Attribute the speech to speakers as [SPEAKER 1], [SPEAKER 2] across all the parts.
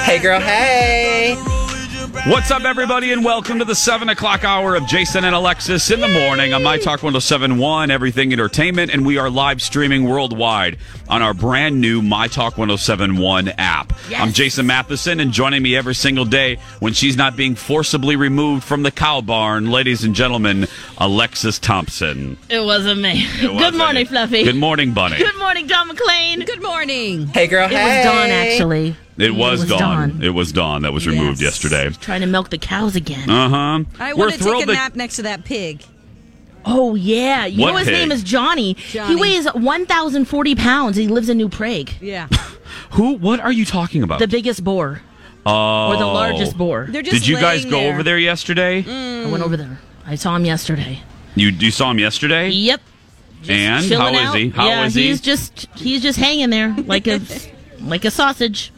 [SPEAKER 1] Hey, girl. Hey.
[SPEAKER 2] What's up, everybody, and welcome to the 7 o'clock hour of Jason and Alexis in the morning on My Talk 1071, Everything Entertainment, and we are live streaming worldwide on our brand new My Talk 1071 app. I'm Jason Matheson, and joining me every single day when she's not being forcibly removed from the cow barn, ladies and gentlemen, Alexis Thompson.
[SPEAKER 3] It wasn't me. Good
[SPEAKER 2] wasn't
[SPEAKER 3] morning,
[SPEAKER 2] it?
[SPEAKER 3] Fluffy.
[SPEAKER 2] Good morning, Bunny.
[SPEAKER 3] Eh. Good morning, Don McLean.
[SPEAKER 4] Good morning.
[SPEAKER 1] Hey, girl.
[SPEAKER 3] It was Dawn, actually.
[SPEAKER 2] It was,
[SPEAKER 3] was
[SPEAKER 2] Dawn.
[SPEAKER 3] Dawn.
[SPEAKER 2] It was Dawn that was removed
[SPEAKER 4] Yes.
[SPEAKER 2] yesterday.
[SPEAKER 3] Trying to milk the cows again.
[SPEAKER 2] Uh huh.
[SPEAKER 4] I want to take a nap next to that pig.
[SPEAKER 3] oh, yeah. You
[SPEAKER 2] What
[SPEAKER 3] know his
[SPEAKER 2] pig?
[SPEAKER 3] name is Johnny.
[SPEAKER 4] Johnny.
[SPEAKER 3] He weighs 1,040 pounds. He lives in New Prague.
[SPEAKER 4] Yeah.
[SPEAKER 2] Who? What are you talking about?
[SPEAKER 3] The biggest boar.
[SPEAKER 2] oh.
[SPEAKER 3] Or the largest boar.
[SPEAKER 4] They're just
[SPEAKER 2] Did you guys
[SPEAKER 4] laying
[SPEAKER 2] go over there yesterday?
[SPEAKER 3] I went over there. I saw him yesterday.
[SPEAKER 2] You you saw him yesterday?
[SPEAKER 3] Yep.
[SPEAKER 2] and how
[SPEAKER 3] Chilling
[SPEAKER 2] is
[SPEAKER 3] out.
[SPEAKER 2] he? How
[SPEAKER 3] yeah,
[SPEAKER 2] is he?
[SPEAKER 3] he's just he's just hanging there like a like a sausage.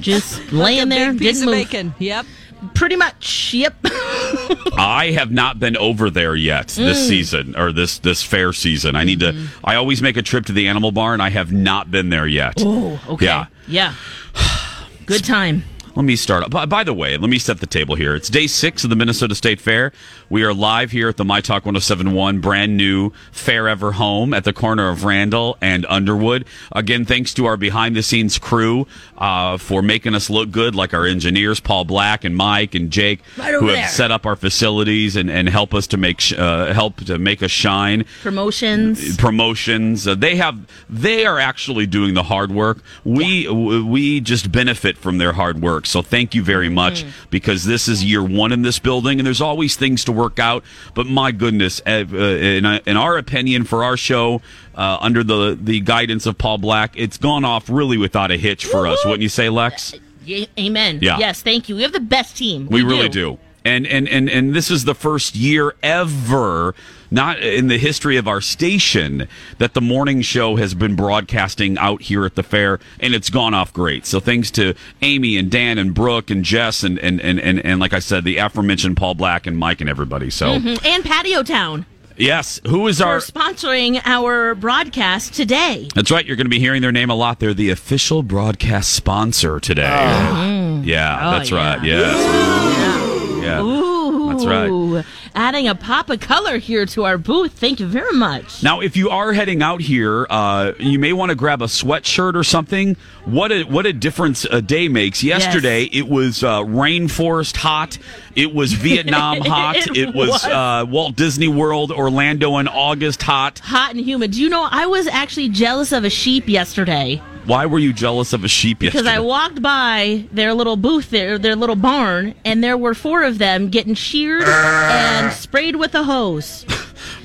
[SPEAKER 3] just laying
[SPEAKER 4] Big
[SPEAKER 3] there,
[SPEAKER 4] piece
[SPEAKER 3] didn't
[SPEAKER 4] of
[SPEAKER 3] move.
[SPEAKER 4] bacon. Yep.
[SPEAKER 3] Pretty much. Yep.
[SPEAKER 2] I have not been over there yet
[SPEAKER 3] Mm.
[SPEAKER 2] this season or this this fair season. I need to.
[SPEAKER 3] Mm-hmm.
[SPEAKER 2] I always make a trip to the animal barn. I have not been there yet.
[SPEAKER 3] oh, okay.
[SPEAKER 2] Yeah.
[SPEAKER 3] Yeah. Good time.
[SPEAKER 2] Let me start. By, by the way, let me set the table here. It's day six of the Minnesota State Fair. We are live here at the My Talk 1071 brand new Fair Ever home at the corner of Randall and Underwood. Again, thanks to our behind the scenes crew uh, for making us look good, like our engineers, Paul Black and Mike and Jake,
[SPEAKER 3] Right over
[SPEAKER 2] who have
[SPEAKER 3] there.
[SPEAKER 2] set up our facilities and, and help us to make, sh- uh, help to make us shine
[SPEAKER 3] Promotions.
[SPEAKER 2] promotions. Uh, they have they are actually doing the hard work. We w we just benefit from their hard work. So thank you very much because this is year one in this building, and there's always things to work out. But my goodness, uh, uh, in, in our opinion, for our show, uh, under the the guidance of Paul Black, it's gone off really without a hitch for us. Wouldn't you say, Lex?
[SPEAKER 3] Ye- Amen.
[SPEAKER 2] Yeah.
[SPEAKER 3] Yes, thank you. We have the best team.
[SPEAKER 2] We, really do. And, and and and this is the first year ever, not in the history of our station, that the morning show has been broadcasting out here at the fair, and it's gone off great. So thanks to Amy and Dan and Brooke and Jess and and and and, and like I said, the aforementioned Paul Black and Mike and everybody. So
[SPEAKER 3] And Patio Town
[SPEAKER 2] yes, who is
[SPEAKER 3] for
[SPEAKER 2] our?
[SPEAKER 3] sponsoring our broadcast today.
[SPEAKER 2] That's right. You're going to be hearing their name a lot. They're the official broadcast sponsor today. Yeah,
[SPEAKER 3] Oh,
[SPEAKER 2] that's right.
[SPEAKER 3] yeah.
[SPEAKER 2] Yes. Yeah.
[SPEAKER 3] Ooh.
[SPEAKER 2] That's right.
[SPEAKER 3] Adding a pop of color here to our booth. Thank you very much.
[SPEAKER 2] Now, if you are heading out here, uh, you may want to grab a sweatshirt or something. What a what a difference a day makes. Yesterday, it was uh, rainforest hot. It was Vietnam hot.
[SPEAKER 3] It
[SPEAKER 2] was,
[SPEAKER 3] was.
[SPEAKER 2] Uh, Walt Disney World, Orlando in August hot.
[SPEAKER 3] Hot and humid. Do you know I was actually jealous of a sheep yesterday
[SPEAKER 2] Why were you jealous of a sheep
[SPEAKER 3] because
[SPEAKER 2] yesterday?
[SPEAKER 3] I walked by their little booth, their their little barn, and there were four of them getting sheared and sprayed with a hose.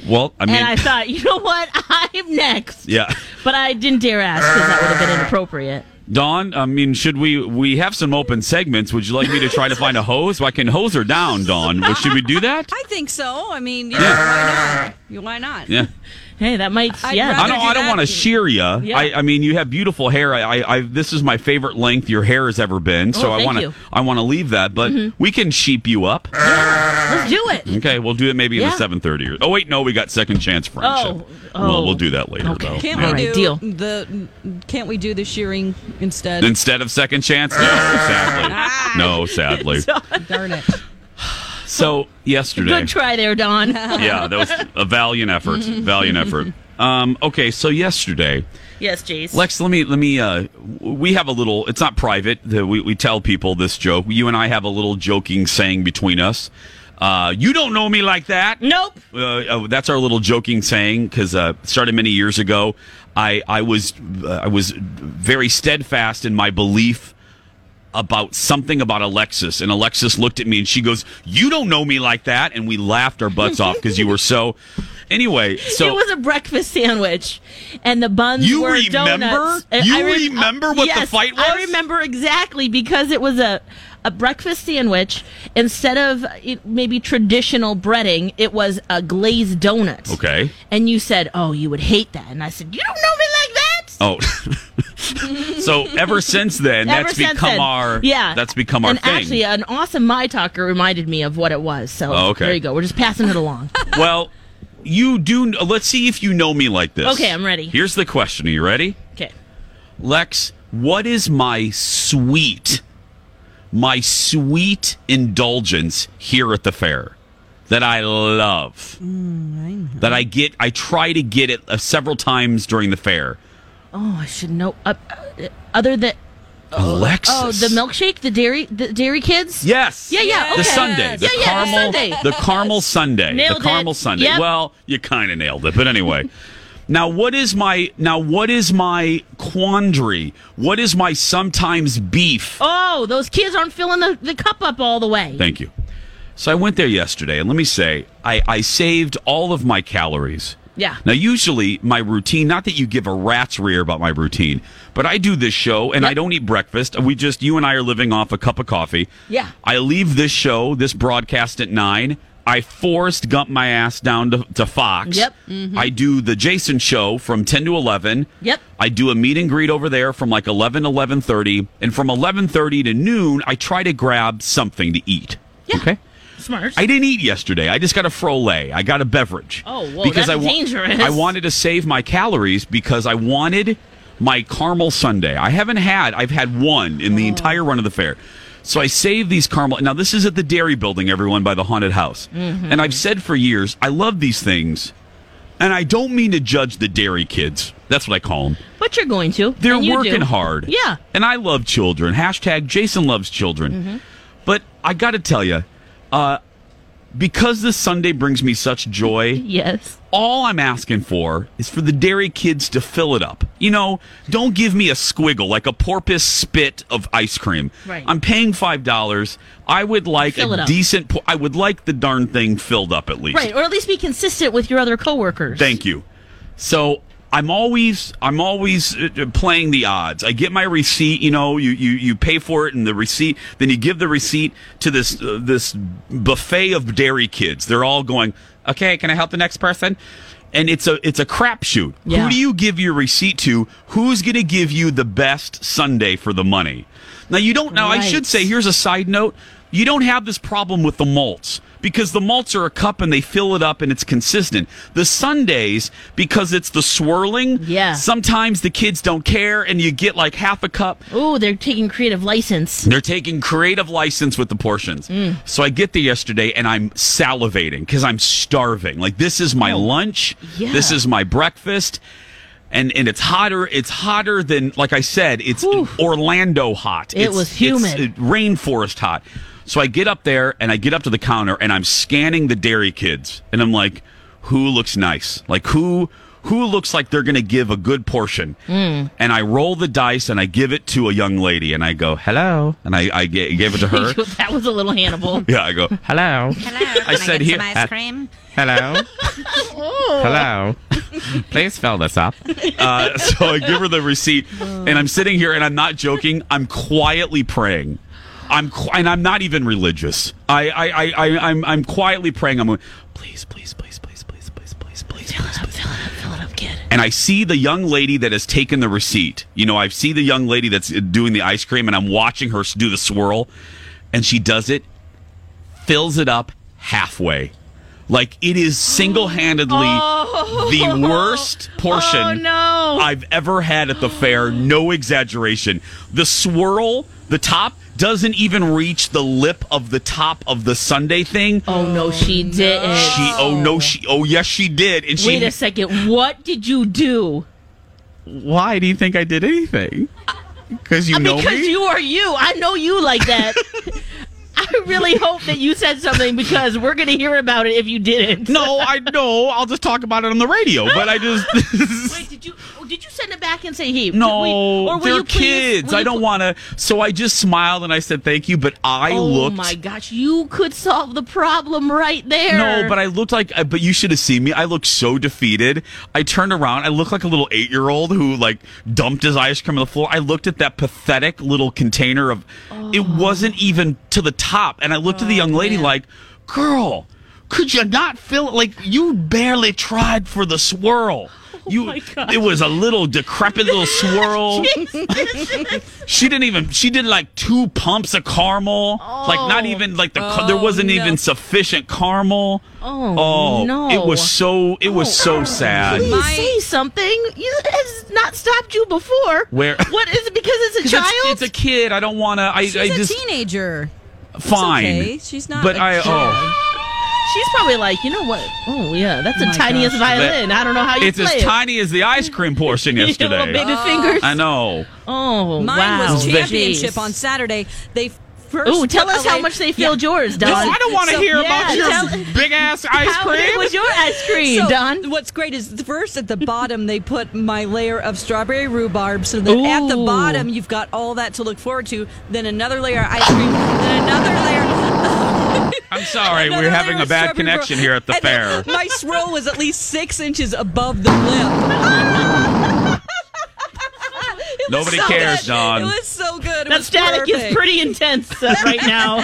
[SPEAKER 2] well, I mean,
[SPEAKER 3] And I thought, you know what? I'm next.
[SPEAKER 2] yeah,
[SPEAKER 3] But I didn't dare ask because that would have been inappropriate.
[SPEAKER 2] Dawn. I mean, should we we have some open segments? Would you like me to try to find a hose? Well, I can hose her down, Dawn. Well, should we do that?
[SPEAKER 4] I think so. I mean, yeah, why not? You why not?
[SPEAKER 2] Yeah.
[SPEAKER 3] Hey, that might.
[SPEAKER 4] I'd
[SPEAKER 3] yeah.
[SPEAKER 4] rather
[SPEAKER 2] I don't.
[SPEAKER 4] do
[SPEAKER 2] I don't
[SPEAKER 4] that.
[SPEAKER 2] want to shear you.
[SPEAKER 3] Yeah.
[SPEAKER 2] I, I mean, you have beautiful hair. I, I, I. This is my favorite length your hair has ever been. So
[SPEAKER 3] Oh,
[SPEAKER 2] I
[SPEAKER 3] thank
[SPEAKER 2] want to.
[SPEAKER 3] you. Mm-hmm.
[SPEAKER 2] I want to leave that, but we can sheep you up.
[SPEAKER 3] Let's do it.
[SPEAKER 2] Okay, we'll do it maybe in
[SPEAKER 3] Yeah.
[SPEAKER 2] the seven thirty. Or, oh wait, no, we got second chance friendship.
[SPEAKER 3] Oh,
[SPEAKER 2] Well,
[SPEAKER 3] oh.
[SPEAKER 2] we'll do that later
[SPEAKER 3] Okay.
[SPEAKER 2] though.
[SPEAKER 4] Can't
[SPEAKER 3] All
[SPEAKER 4] we
[SPEAKER 3] right,
[SPEAKER 4] do
[SPEAKER 3] deal.
[SPEAKER 4] the can't we do the shearing instead?
[SPEAKER 2] Instead of second chance, no, sadly, no, sadly.
[SPEAKER 4] Darn it.
[SPEAKER 2] So yesterday,
[SPEAKER 3] Good try there, Don.
[SPEAKER 2] yeah, that was a valiant effort. Valiant effort. Um, okay, so yesterday,
[SPEAKER 3] Yes, Jace.
[SPEAKER 2] Lex, let me let me. Uh, we have a little. It's not private. The, we we tell people this joke. You and I have a little joking saying between us. Uh, you don't know me like that.
[SPEAKER 3] nope.
[SPEAKER 2] Uh, uh, that's our little joking saying because uh, it started many years ago. I I was uh, I was very steadfast in my belief about something about Alexis, and Alexis looked at me and she goes, "You don't know me like that," and we laughed our butts off because you were so. Anyway, so
[SPEAKER 3] it was a breakfast sandwich, and the buns
[SPEAKER 2] You
[SPEAKER 3] were
[SPEAKER 2] remember?
[SPEAKER 3] donuts. And
[SPEAKER 2] You
[SPEAKER 3] I rem-
[SPEAKER 2] remember what the
[SPEAKER 3] Yes,
[SPEAKER 2] fight
[SPEAKER 3] I
[SPEAKER 2] was?
[SPEAKER 3] remember exactly because it was a a breakfast sandwich instead of uh, it, maybe traditional breading. It was a glazed donut.
[SPEAKER 2] okay.
[SPEAKER 3] And you said, "Oh, you would hate that," and I said, "You don't know me like that."
[SPEAKER 2] Oh, so ever since then,
[SPEAKER 3] Ever
[SPEAKER 2] that's
[SPEAKER 3] since
[SPEAKER 2] become
[SPEAKER 3] then.
[SPEAKER 2] our
[SPEAKER 3] yeah.
[SPEAKER 2] That's become our
[SPEAKER 3] and
[SPEAKER 2] thing.
[SPEAKER 3] Actually, uh, an awesome my talker reminded me of what it was. So
[SPEAKER 2] Oh, okay.
[SPEAKER 3] there you go. We're just passing it along.
[SPEAKER 2] well, you do. Let's see if you know me like this.
[SPEAKER 3] Okay, I'm ready.
[SPEAKER 2] Here's the question. Are you ready,
[SPEAKER 3] okay.
[SPEAKER 2] Lex? What is my sweet, my sweet indulgence here at the fair that I love? That I get. I try to get it uh, several times during the fair.
[SPEAKER 3] Oh, I should know. Uh, uh, other than
[SPEAKER 2] Alexis.
[SPEAKER 3] oh, the milkshake, the dairy, the dairy kids.
[SPEAKER 2] Yes.
[SPEAKER 3] Yeah, yeah,
[SPEAKER 2] The
[SPEAKER 3] okay.
[SPEAKER 2] Sunday. The
[SPEAKER 3] Yeah, yeah, the
[SPEAKER 2] caramel,
[SPEAKER 3] Sunday.
[SPEAKER 2] the caramel Sunday.
[SPEAKER 3] Nailed
[SPEAKER 2] the
[SPEAKER 3] it.
[SPEAKER 2] caramel Sunday.
[SPEAKER 3] Yep.
[SPEAKER 2] Well, you kind of nailed it, but anyway. now what is my now what is my quandary? What is my sometimes beef?
[SPEAKER 3] Oh, those kids aren't filling the, the cup up all the way.
[SPEAKER 2] Thank you. So I went there yesterday, and let me say, I, I saved all of my calories.
[SPEAKER 3] Yeah.
[SPEAKER 2] Now, usually my routine, not that you give a rat's rear about my routine, but I do this show and I don't eat breakfast. We just, you and I are living off a cup of coffee.
[SPEAKER 3] Yeah.
[SPEAKER 2] I leave this show, this broadcast at nine. I forced gump my ass down to, to Fox.
[SPEAKER 3] Yep. Mm-hmm.
[SPEAKER 2] I do the Jason show from 10 to 11.
[SPEAKER 3] Yep.
[SPEAKER 2] I do a meet and greet over there from like 11 11:30 and from 11:30 to noon I try to grab something to eat.
[SPEAKER 3] Yeah.
[SPEAKER 2] Okay?
[SPEAKER 3] Smart.
[SPEAKER 2] I didn't eat yesterday. I just got a frolay. I got a beverage.
[SPEAKER 3] Oh, whoa,
[SPEAKER 2] because
[SPEAKER 3] that's
[SPEAKER 2] I wa-
[SPEAKER 3] dangerous.
[SPEAKER 2] I wanted to save my calories because I wanted my caramel sundae. I haven't had. I've had one in the
[SPEAKER 3] Oh.
[SPEAKER 2] entire run of the fair. So I saved these caramel. Now this is at the Dairy Building, everyone, by the haunted house.
[SPEAKER 3] Mm-hmm.
[SPEAKER 2] And I've said for years, I love these things, and I don't mean to judge the dairy kids. That's what I call them.
[SPEAKER 3] but you're going to.
[SPEAKER 2] They're
[SPEAKER 3] and you
[SPEAKER 2] working
[SPEAKER 3] do.
[SPEAKER 2] hard.
[SPEAKER 3] Yeah. Mm-hmm.
[SPEAKER 2] And I love children. Hashtag Jason loves children. But I got to tell you, uh, because this Sunday brings me such joy,
[SPEAKER 3] Yes.
[SPEAKER 2] all I'm asking for is for the dairy kids to fill it up. You know, don't give me a squiggle like a porpoise spit of ice cream.
[SPEAKER 3] Right.
[SPEAKER 2] I'm paying five dollars. I would like
[SPEAKER 3] Fill it
[SPEAKER 2] a
[SPEAKER 3] up.
[SPEAKER 2] decent. Po- I would like the darn thing filled up at least.
[SPEAKER 3] Right. Or at least be consistent with your other coworkers.
[SPEAKER 2] Thank you. So I'm always I'm always uh, playing the odds. I get my receipt. You know, you you you pay for it and the receipt. Then you give the receipt to this uh, this buffet of dairy kids. They're all going. Okay, can I help the next person? And it's a it's a crapshoot. Who
[SPEAKER 3] Yeah.
[SPEAKER 2] do you give your receipt to? Who's going to give you the best Sunday for the money? Now you don't. Now I should
[SPEAKER 3] Right.
[SPEAKER 2] say here's a side note. You don't have this problem with the malts because the malts are a cup and they fill it up and it's consistent. The Sundays, because it's the swirling,
[SPEAKER 3] Yeah.
[SPEAKER 2] sometimes the kids don't care and you get like half a cup.
[SPEAKER 3] Oh, they're taking creative license.
[SPEAKER 2] They're taking creative license with the portions.
[SPEAKER 3] Mm.
[SPEAKER 2] So I get there yesterday and I'm salivating because I'm starving. Like this is my lunch.
[SPEAKER 3] Oh, yeah.
[SPEAKER 2] This is my breakfast. And and it's hotter. It's hotter than like I said. It's
[SPEAKER 3] Whew.
[SPEAKER 2] Orlando hot.
[SPEAKER 3] It
[SPEAKER 2] It's-
[SPEAKER 3] was humid.
[SPEAKER 2] It's, uh, rainforest hot. So I get up there and I get up to the counter and I'm scanning the dairy kids and I'm like, who looks nice? Like who who looks like they're gonna give a good portion? And I roll the dice and I give it to a young lady and I go, hello, and I, I ga- gave it to her.
[SPEAKER 3] that was a little Hannibal.
[SPEAKER 2] yeah, I go,
[SPEAKER 5] Hello.
[SPEAKER 6] Hello, can I,
[SPEAKER 2] said
[SPEAKER 6] get
[SPEAKER 2] here-
[SPEAKER 6] some ice
[SPEAKER 5] uh,
[SPEAKER 6] cream?
[SPEAKER 5] Hello. Hello. Please fill this up.
[SPEAKER 2] uh, so I give her the receipt, and I'm sitting here, and I'm not joking. I'm quietly praying. I'm qu- and I'm not even religious. I I I, I I'm I'm quietly praying. I'm going, please, please, please, please, please, please, please, please, please, please.
[SPEAKER 3] fill it up, fill it up, kid.
[SPEAKER 2] And I see the young lady that has taken the receipt. You know, I see the young lady that's doing the ice cream, and I'm watching her do the swirl, and she does it, fills it up halfway. Like it is single-handedly the worst portion
[SPEAKER 3] Oh no.
[SPEAKER 2] I've ever had at the fair. No exaggeration. The swirl The top doesn't even reach the lip of the top of the Sunday thing.
[SPEAKER 3] Oh no, she didn't.
[SPEAKER 2] She oh no she oh yes she did and she
[SPEAKER 3] Wait a second. What did you do?
[SPEAKER 5] Why do you think I did anything? Because you know
[SPEAKER 3] Uh, because
[SPEAKER 5] me.
[SPEAKER 3] you are you. I know you like that. I really hope that you said something because we're going to hear about it if you didn't.
[SPEAKER 2] no, I know. I'll just talk about it on the radio, but I just
[SPEAKER 3] Wait, did you oh, did you send it back and say he?
[SPEAKER 2] No,
[SPEAKER 3] we- or will
[SPEAKER 2] they're
[SPEAKER 3] you please-
[SPEAKER 2] kids.
[SPEAKER 3] will
[SPEAKER 2] I
[SPEAKER 3] you
[SPEAKER 2] don't
[SPEAKER 3] pl-
[SPEAKER 2] want to. So I just smiled and I said thank you, but I
[SPEAKER 3] Oh
[SPEAKER 2] looked.
[SPEAKER 3] my gosh, you could solve the problem right there.
[SPEAKER 2] No, but I looked like. uh, But you should have seen me. I looked so defeated. I turned around. I looked like a little eight-year-old who like dumped his ice cream on the floor. I looked at that pathetic little container of. It
[SPEAKER 3] Oh.
[SPEAKER 2] wasn't even to the top, and I looked at the young lady like, "Girl, could you not feel it? Like you barely tried for the swirl." You,
[SPEAKER 3] Oh my God.
[SPEAKER 2] it was a little decrepit little swirl. She didn't even. She did like two pumps of caramel. like not even like the. ca- there wasn't
[SPEAKER 4] Oh. no.
[SPEAKER 2] even sufficient caramel.
[SPEAKER 3] Oh, no.
[SPEAKER 2] It was so. It was so sad.
[SPEAKER 3] Please
[SPEAKER 4] Oh, My-
[SPEAKER 3] say something. You it has not stopped you before.
[SPEAKER 2] Where-
[SPEAKER 3] What is it? Because it's a
[SPEAKER 2] It's-
[SPEAKER 3] child.
[SPEAKER 2] It's, a kid. I don't want to. I,
[SPEAKER 4] She's
[SPEAKER 2] I
[SPEAKER 4] a
[SPEAKER 2] just
[SPEAKER 4] teenager.
[SPEAKER 2] fine.
[SPEAKER 4] okay. She's not
[SPEAKER 2] But
[SPEAKER 4] a
[SPEAKER 2] I.
[SPEAKER 4] child.
[SPEAKER 2] Oh,
[SPEAKER 3] She's probably like, you know what? Oh yeah, that's the
[SPEAKER 4] my
[SPEAKER 3] tiniest
[SPEAKER 4] gosh.
[SPEAKER 3] violin. I don't know how you
[SPEAKER 2] it's as
[SPEAKER 3] play
[SPEAKER 2] tiny as the ice cream portion
[SPEAKER 3] it. Your little
[SPEAKER 2] yesterday. Uh,
[SPEAKER 3] baby fingers.
[SPEAKER 2] I know.
[SPEAKER 3] Oh
[SPEAKER 4] Mine
[SPEAKER 3] wow.
[SPEAKER 4] was championship
[SPEAKER 3] Jeez.
[SPEAKER 4] on Saturday. They first.
[SPEAKER 3] Ooh, tell
[SPEAKER 4] put
[SPEAKER 3] us
[SPEAKER 4] a
[SPEAKER 3] how
[SPEAKER 4] la-
[SPEAKER 3] much they
[SPEAKER 4] Yeah.
[SPEAKER 3] filled yours, Don.
[SPEAKER 2] No, I don't want to
[SPEAKER 4] So-
[SPEAKER 2] hear
[SPEAKER 3] yeah,
[SPEAKER 2] about
[SPEAKER 3] tell-
[SPEAKER 2] your big ass ice
[SPEAKER 3] How
[SPEAKER 2] cream.
[SPEAKER 3] big was your ice cream,
[SPEAKER 4] So,
[SPEAKER 3] Don?
[SPEAKER 4] What's great is the first at the bottom they put my layer of strawberry rhubarb, so that at the
[SPEAKER 3] Ooh.
[SPEAKER 4] bottom you've got all that to look forward to. Then another layer of ice cream, then another layer.
[SPEAKER 2] I'm sorry,
[SPEAKER 4] another
[SPEAKER 2] we're having
[SPEAKER 4] layer
[SPEAKER 2] a
[SPEAKER 4] of
[SPEAKER 2] bad
[SPEAKER 4] strawberry
[SPEAKER 2] connection
[SPEAKER 4] rhubarb.
[SPEAKER 2] here at the
[SPEAKER 4] And
[SPEAKER 2] fair.
[SPEAKER 4] then My swirl was at least six inches above the lip. It was
[SPEAKER 2] Nobody
[SPEAKER 4] so
[SPEAKER 2] cares,
[SPEAKER 4] good.
[SPEAKER 2] Don.
[SPEAKER 4] It was so good. It
[SPEAKER 3] That
[SPEAKER 4] was
[SPEAKER 3] static is
[SPEAKER 4] perfect.
[SPEAKER 3] pretty intense uh, right now.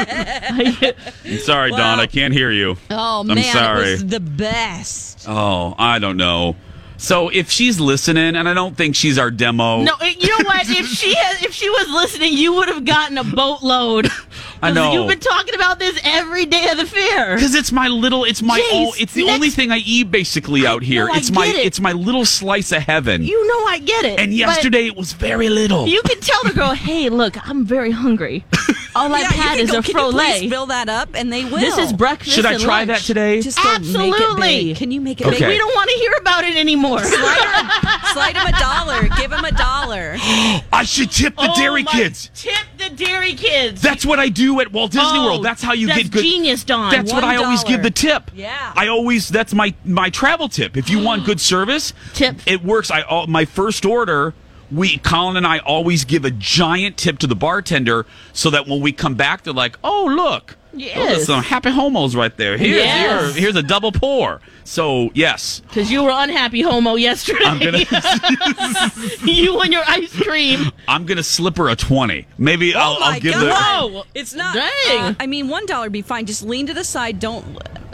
[SPEAKER 2] I'm sorry, Don.
[SPEAKER 4] Wow.
[SPEAKER 2] I can't hear you.
[SPEAKER 4] Oh
[SPEAKER 2] I'm
[SPEAKER 4] man,
[SPEAKER 2] sorry.
[SPEAKER 4] it was the best.
[SPEAKER 2] Oh, I don't know. So if she's listening, and I don't think she's our demo.
[SPEAKER 3] no, it- you know what? If she had, if she was listening, you would have gotten a boatload.
[SPEAKER 2] I
[SPEAKER 3] 'Cause
[SPEAKER 2] know.
[SPEAKER 3] You've been talking about this every day of the fair.
[SPEAKER 2] Because it's my little, it's my
[SPEAKER 3] Jace,
[SPEAKER 2] all, it's the
[SPEAKER 3] next-
[SPEAKER 2] only thing I eat basically out here.
[SPEAKER 3] know, I
[SPEAKER 2] it's my,
[SPEAKER 3] get it.
[SPEAKER 2] it's my little slice of heaven.
[SPEAKER 3] You know I get it.
[SPEAKER 2] and
[SPEAKER 3] but
[SPEAKER 2] yesterday it was very little.
[SPEAKER 3] you can tell the girl, "Hey, look, I'm very hungry. All I've
[SPEAKER 4] you
[SPEAKER 3] had
[SPEAKER 4] can
[SPEAKER 3] is
[SPEAKER 4] go,
[SPEAKER 3] a
[SPEAKER 4] can you please
[SPEAKER 3] frolet.
[SPEAKER 4] fill that up, and they will.
[SPEAKER 3] This is breakfast.
[SPEAKER 2] Should I
[SPEAKER 3] and
[SPEAKER 2] try
[SPEAKER 3] lunch.
[SPEAKER 2] that today?
[SPEAKER 4] Just go Make it
[SPEAKER 3] Absolutely.
[SPEAKER 4] big. Can you make it
[SPEAKER 2] Okay.
[SPEAKER 4] big?
[SPEAKER 3] We don't want to hear about it anymore.
[SPEAKER 4] Slide him a dollar. Give him a dollar.
[SPEAKER 2] I should tip the
[SPEAKER 3] Oh
[SPEAKER 2] dairy
[SPEAKER 3] my-
[SPEAKER 2] kids.
[SPEAKER 3] Tip the dairy kids.
[SPEAKER 2] That's what I do at Walt Disney
[SPEAKER 3] Oh,
[SPEAKER 2] World. That's how you
[SPEAKER 3] that's
[SPEAKER 2] get good.
[SPEAKER 3] genius, Don.
[SPEAKER 2] That's what I
[SPEAKER 4] $1.
[SPEAKER 2] always give the tip.
[SPEAKER 4] Yeah.
[SPEAKER 2] I always that's my my travel tip. If you want good service,
[SPEAKER 3] Tip.
[SPEAKER 2] It works. I all my first order. We Colin and I always give a giant tip to the bartender so that when we come back, they're like, "Oh look, those are
[SPEAKER 3] Yes.
[SPEAKER 2] some happy homos right there. Here's
[SPEAKER 3] Yes.
[SPEAKER 2] here- here's a double pour." So yes,
[SPEAKER 3] Because you were unhappy homo yesterday.
[SPEAKER 2] I'm gonna
[SPEAKER 3] you and your ice cream.
[SPEAKER 2] I'm gonna slip her a twenty. Maybe I'll,
[SPEAKER 4] my
[SPEAKER 2] I'll give
[SPEAKER 4] God.
[SPEAKER 2] the
[SPEAKER 3] Whoa.
[SPEAKER 4] It's not.
[SPEAKER 3] Dang.
[SPEAKER 4] uh, I mean, one dollar be fine. Just lean to the side. Don't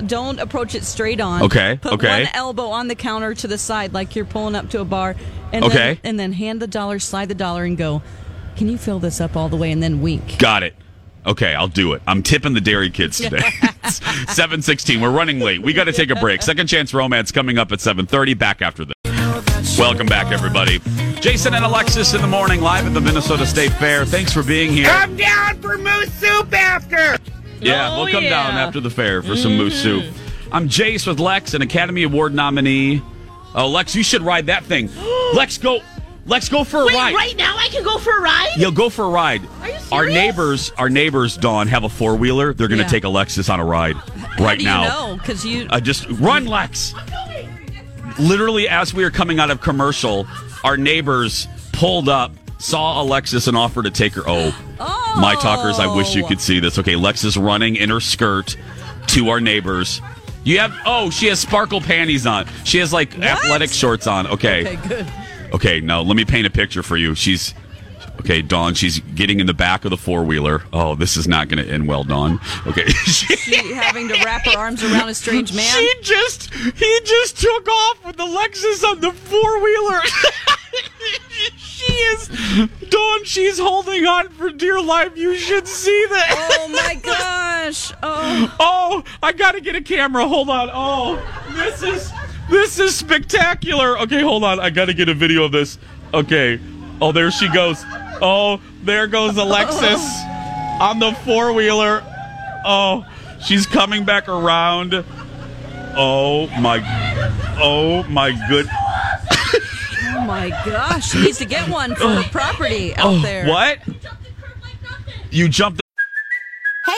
[SPEAKER 4] don't approach it straight on.
[SPEAKER 2] Okay,
[SPEAKER 4] Put
[SPEAKER 2] okay.
[SPEAKER 4] one elbow on the counter to the side, like you're pulling up to a bar. And
[SPEAKER 2] Okay.
[SPEAKER 4] Then, and then hand the dollar, slide the dollar, and go. Can you fill this up all the way? And then wink.
[SPEAKER 2] Got it. Okay, I'll do it. I'm tipping the dairy kids today. 716. We're running late. We got to take a break. Second chance romance coming up at 7:30 back after this. Welcome back everybody. Jason and Alexis in the morning live at the Minnesota State Fair. Thanks for being here. Come down for moose soup after. Yeah,
[SPEAKER 3] Oh,
[SPEAKER 2] we'll come
[SPEAKER 3] yeah. Mm.
[SPEAKER 2] down after the fair for some moose soup. I'm Jace with Lex, an Academy Award nominee. Oh, Lex, you should ride that thing. Lex, go. Let's go for a
[SPEAKER 3] Wait,
[SPEAKER 2] ride.
[SPEAKER 3] right now I can go for a ride?
[SPEAKER 2] Yo, go for a ride.
[SPEAKER 3] you
[SPEAKER 2] our
[SPEAKER 3] serious?
[SPEAKER 2] neighbors, our neighbors, Dawn, have a four wheeler. They're going to
[SPEAKER 4] Yeah.
[SPEAKER 2] take Alexis on a ride
[SPEAKER 4] How
[SPEAKER 2] right
[SPEAKER 4] do
[SPEAKER 2] now.
[SPEAKER 4] you know? Because you.
[SPEAKER 2] I just run, Lex. Literally, as we were coming out of commercial, our neighbors pulled up, saw Alexis, and offered to take her. Oh,
[SPEAKER 4] Oh.
[SPEAKER 2] my talkers! I wish you could see this. Okay, Lex is running in her skirt to our neighbors. You have oh, she has sparkle panties on. She has like athletic shorts on.
[SPEAKER 4] Okay, good.
[SPEAKER 2] Okay, now let me paint a picture for you. She's okay, Dawn. She's getting in the back of the four wheeler. Oh, this is not going to end well, Dawn. Okay, she,
[SPEAKER 4] She having to wrap her arms around a strange man.
[SPEAKER 2] she just he just took off with the Lexus on the four wheeler. she is Dawn. She's holding on for dear life. You should see that.
[SPEAKER 4] oh my gosh. Oh.
[SPEAKER 2] Oh, I gotta get a camera. Hold on. Oh, this is this is spectacular. Okay, hold on. I gotta get a video of this. Okay. Oh, there she goes. Oh,
[SPEAKER 5] There goes Alexis on the four wheeler. Oh, she's coming back around. Oh my! Oh my good!
[SPEAKER 4] Oh my gosh, she needs to get one for her property out there.
[SPEAKER 2] Oh, What? You jumped.
[SPEAKER 6] Hey,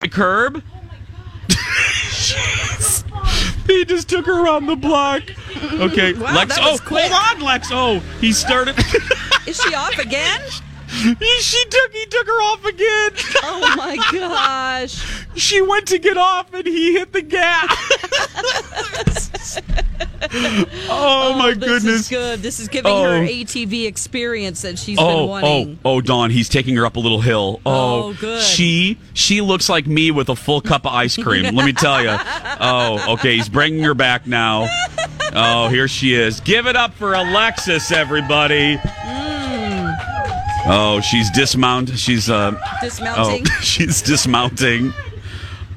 [SPEAKER 2] the curb. he just took her around the block. Okay,
[SPEAKER 4] Wow,
[SPEAKER 2] Lex.
[SPEAKER 4] that
[SPEAKER 2] Oh,
[SPEAKER 4] was quick.
[SPEAKER 2] hold on, Lex. Oh, he started.
[SPEAKER 4] Is she off again?
[SPEAKER 2] he, she took. He took her off again.
[SPEAKER 4] Oh my gosh.
[SPEAKER 2] she went to get off, and he hit the gas. oh, my
[SPEAKER 4] this
[SPEAKER 2] goodness.
[SPEAKER 4] Is good. This is giving
[SPEAKER 2] Oh.
[SPEAKER 4] her ATV experience that she's been
[SPEAKER 2] Oh, oh,
[SPEAKER 4] wanting.
[SPEAKER 2] oh, Dawn, he's taking her up a little hill. Oh,
[SPEAKER 4] Oh, good.
[SPEAKER 2] She, she looks like me with a full cup of ice cream. let me tell you. Oh, okay, he's bringing her back now. Oh, here she is. Give it up for Alexis, everybody.
[SPEAKER 4] Mm.
[SPEAKER 2] Oh, she's dismount. She's uh, oh,
[SPEAKER 4] Dismounting.
[SPEAKER 2] she's dismounting.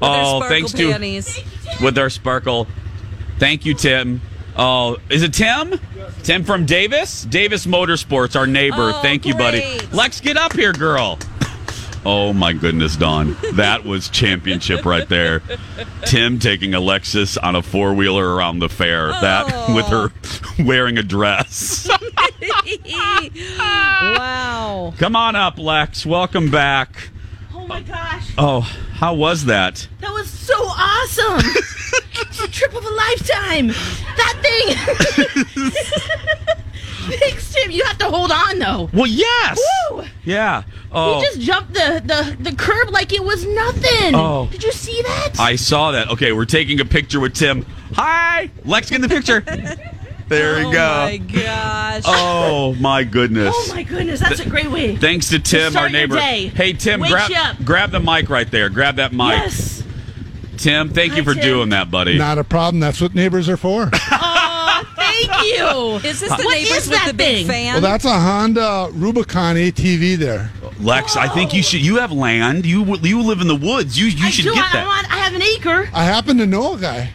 [SPEAKER 4] Their
[SPEAKER 2] Oh,
[SPEAKER 4] sparkle
[SPEAKER 2] thanks to
[SPEAKER 4] panties.
[SPEAKER 2] with our sparkle. Thank you, Tim. Oh, is it Tim? Tim from Davis? Davis Motorsports, our neighbor.
[SPEAKER 4] Oh,
[SPEAKER 2] Thank you, buddy.
[SPEAKER 4] great.
[SPEAKER 2] Lex, get up here, girl. Oh my goodness, Don. That was championship right there. Tim taking Alexis on a four wheeler around the fair. That with her wearing a dress.
[SPEAKER 4] wow.
[SPEAKER 2] Come on up, Lex. Welcome back.
[SPEAKER 3] Oh my gosh,
[SPEAKER 2] Oh, how was that?
[SPEAKER 3] that was so awesome! it's a trip of a lifetime. That thing. Thanks, Tim. You have to hold on though.
[SPEAKER 2] Well, yes.
[SPEAKER 3] Woo!
[SPEAKER 2] Yeah. Oh,
[SPEAKER 3] He just jumped the, the the curb like it was nothing.
[SPEAKER 2] Oh.
[SPEAKER 3] Did you see that?
[SPEAKER 2] I saw that. Okay, we're taking a picture with Tim. Hi, Lex, get in the picture. There
[SPEAKER 4] oh
[SPEAKER 2] we go.
[SPEAKER 4] my gosh.
[SPEAKER 2] Oh my goodness.
[SPEAKER 3] oh my goodness, that's a great way.
[SPEAKER 2] Thanks to Tim, our
[SPEAKER 3] start your
[SPEAKER 2] neighbor.
[SPEAKER 3] day.
[SPEAKER 2] Hey Tim,
[SPEAKER 3] Wakes
[SPEAKER 2] grab
[SPEAKER 3] you up.
[SPEAKER 2] grab the mic right there. Grab that mic.
[SPEAKER 3] yes.
[SPEAKER 2] Tim, thank you
[SPEAKER 3] Hi,
[SPEAKER 2] for
[SPEAKER 3] Tim.
[SPEAKER 2] doing that, buddy.
[SPEAKER 7] Not a problem. That's what neighbors are for.
[SPEAKER 3] Thank you.
[SPEAKER 4] Is this the
[SPEAKER 3] What
[SPEAKER 4] neighbors
[SPEAKER 3] is
[SPEAKER 4] with
[SPEAKER 3] that
[SPEAKER 4] the
[SPEAKER 3] thing?
[SPEAKER 4] big fan?
[SPEAKER 7] well, that's a Honda Rubicon ATV there.
[SPEAKER 2] Lex, I think you should. You have land. You w- you live in the woods. You you
[SPEAKER 3] I
[SPEAKER 2] should
[SPEAKER 3] do.
[SPEAKER 2] get
[SPEAKER 3] I,
[SPEAKER 2] that.
[SPEAKER 3] I, want, I have an acre.
[SPEAKER 7] I happen to know a guy.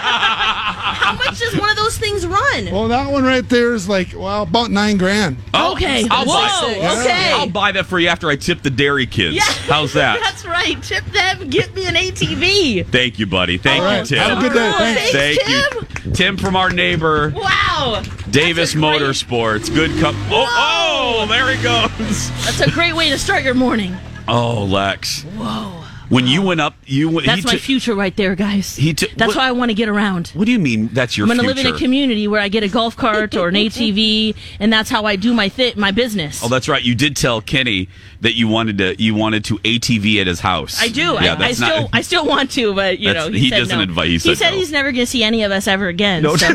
[SPEAKER 3] How much does one of those things run?
[SPEAKER 7] Well, Oh, that one right there is like, well, about nine grand.
[SPEAKER 2] Oh,
[SPEAKER 3] okay.
[SPEAKER 2] I'll
[SPEAKER 3] Whoa,
[SPEAKER 2] buy,
[SPEAKER 3] okay.
[SPEAKER 2] I'll buy that for you after I tip the dairy kids.
[SPEAKER 3] Yeah.
[SPEAKER 2] How's that?
[SPEAKER 3] That's right. Tip them. Get me an ATV.
[SPEAKER 2] thank you, buddy. Thank
[SPEAKER 7] All
[SPEAKER 2] you,
[SPEAKER 7] right.
[SPEAKER 2] Tim.
[SPEAKER 7] Have a good day. Thanks.
[SPEAKER 2] Oh, Thank
[SPEAKER 3] Thanks,
[SPEAKER 2] you, Tim, from our neighbor.
[SPEAKER 3] Wow.
[SPEAKER 2] Davis
[SPEAKER 3] That's a great-
[SPEAKER 2] Motorsports. Good cup. Oh, oh, there he goes.
[SPEAKER 3] That's a great way to start your morning.
[SPEAKER 2] Oh, Lex. Whoa. When you went up, you went.
[SPEAKER 3] That's
[SPEAKER 2] he
[SPEAKER 3] my
[SPEAKER 2] took-
[SPEAKER 3] future right there, guys.
[SPEAKER 2] He took-
[SPEAKER 3] That's
[SPEAKER 2] what-
[SPEAKER 3] why I want to get around.
[SPEAKER 2] What do you mean? That's your.
[SPEAKER 3] I'm going to
[SPEAKER 2] future?
[SPEAKER 3] live in a community where I get a golf cart or an ATV, and that's how I do my thi- my business.
[SPEAKER 2] Oh, that's right. You did tell Kenny that you wanted to. You wanted to ATV at his house.
[SPEAKER 3] I do. I,
[SPEAKER 2] Yeah,
[SPEAKER 3] I
[SPEAKER 2] that's
[SPEAKER 3] still
[SPEAKER 2] not-
[SPEAKER 3] I still want to, but you
[SPEAKER 2] That's-
[SPEAKER 3] know he,
[SPEAKER 2] he
[SPEAKER 3] said
[SPEAKER 2] doesn't
[SPEAKER 3] no.
[SPEAKER 2] advi- he said no.
[SPEAKER 3] he's never going to see any of us ever again.
[SPEAKER 2] No,
[SPEAKER 3] so,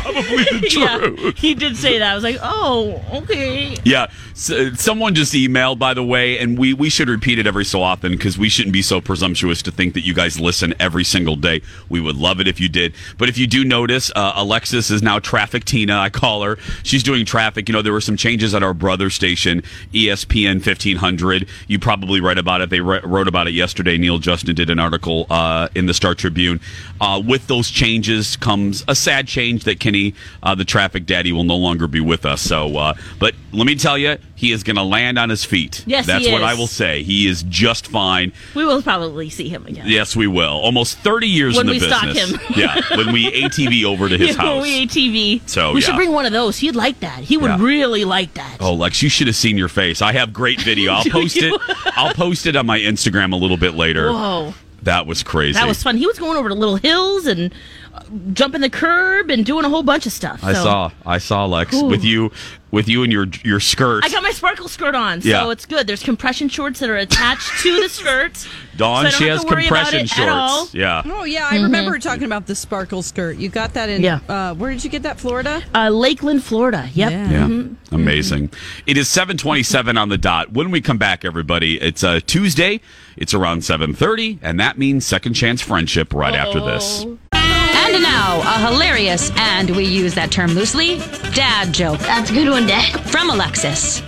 [SPEAKER 2] probably the
[SPEAKER 3] yeah,
[SPEAKER 2] truth.
[SPEAKER 3] he did say that. I was like, oh, okay.
[SPEAKER 2] Yeah. S- uh, someone just emailed, by the way, and we, we should repeat it every so often because we shouldn't be so presumptuous to think that you guys listen every single day. We would love it if you did. But if you do notice, uh, Alexis is now Traffic Tina, I call her. She's doing traffic. You know, there were some changes at our brother station, ESPN 1500. You probably read about it. They re- wrote about it yesterday. Neil Justin did an article uh, in the Star Tribune. Uh, with those changes comes a sad change that that Kenny, uh, the traffic daddy, will no longer be with us. So, uh, but let me tell you, he is going to land on his feet.
[SPEAKER 3] Yes,
[SPEAKER 2] that's
[SPEAKER 3] he
[SPEAKER 2] what
[SPEAKER 3] is.
[SPEAKER 2] I will say. He is just fine.
[SPEAKER 3] We will probably see him again.
[SPEAKER 2] Yes, we will. Almost thirty years
[SPEAKER 3] When
[SPEAKER 2] in the
[SPEAKER 3] we stalk
[SPEAKER 2] business.
[SPEAKER 3] him.
[SPEAKER 2] yeah, when we ATV over to his
[SPEAKER 3] Yeah,
[SPEAKER 2] house.
[SPEAKER 3] We ATV.
[SPEAKER 2] So,
[SPEAKER 3] we
[SPEAKER 2] yeah.
[SPEAKER 3] should bring one of those. He'd like that. He would
[SPEAKER 2] Yeah.
[SPEAKER 3] really like that.
[SPEAKER 2] Oh, Lex, you should have seen your face. I have great video. I'll
[SPEAKER 3] Do
[SPEAKER 2] post
[SPEAKER 3] you?
[SPEAKER 2] it. I'll post it on my Instagram a little bit later.
[SPEAKER 3] Whoa.
[SPEAKER 2] That was crazy.
[SPEAKER 3] That was fun. He was going over to Little Hills and uh, jumping the curb and doing a whole bunch of stuff.
[SPEAKER 2] I
[SPEAKER 3] so.
[SPEAKER 2] saw. I saw Lex
[SPEAKER 3] Ooh.
[SPEAKER 2] with you, with you and your your skirt.
[SPEAKER 3] I got my sparkle skirt on, so
[SPEAKER 2] Yeah.
[SPEAKER 3] it's good. There's compression shorts that are attached to the skirt.
[SPEAKER 2] Dawn,
[SPEAKER 3] so I don't
[SPEAKER 2] she
[SPEAKER 3] have
[SPEAKER 2] has
[SPEAKER 3] to worry about
[SPEAKER 2] compression
[SPEAKER 3] it at all. Mm-hmm.
[SPEAKER 2] shorts. Yeah.
[SPEAKER 4] Oh yeah, I remember talking about the sparkle skirt. You got that in?
[SPEAKER 3] Yeah.
[SPEAKER 4] Uh, where did you get that? Florida?
[SPEAKER 3] Uh, Lakeland, Florida. Yep.
[SPEAKER 2] Yeah.
[SPEAKER 3] Mhm.
[SPEAKER 2] Amazing. It is 727 on the dot. When we come back, everybody, it's uh, Tuesday. It's around 730, and that means Second Chance Friendship right after this.
[SPEAKER 3] Oh.
[SPEAKER 8] And now, a hilarious, and we use that term loosely, dad joke. That's a good one, Dad. From Alexis.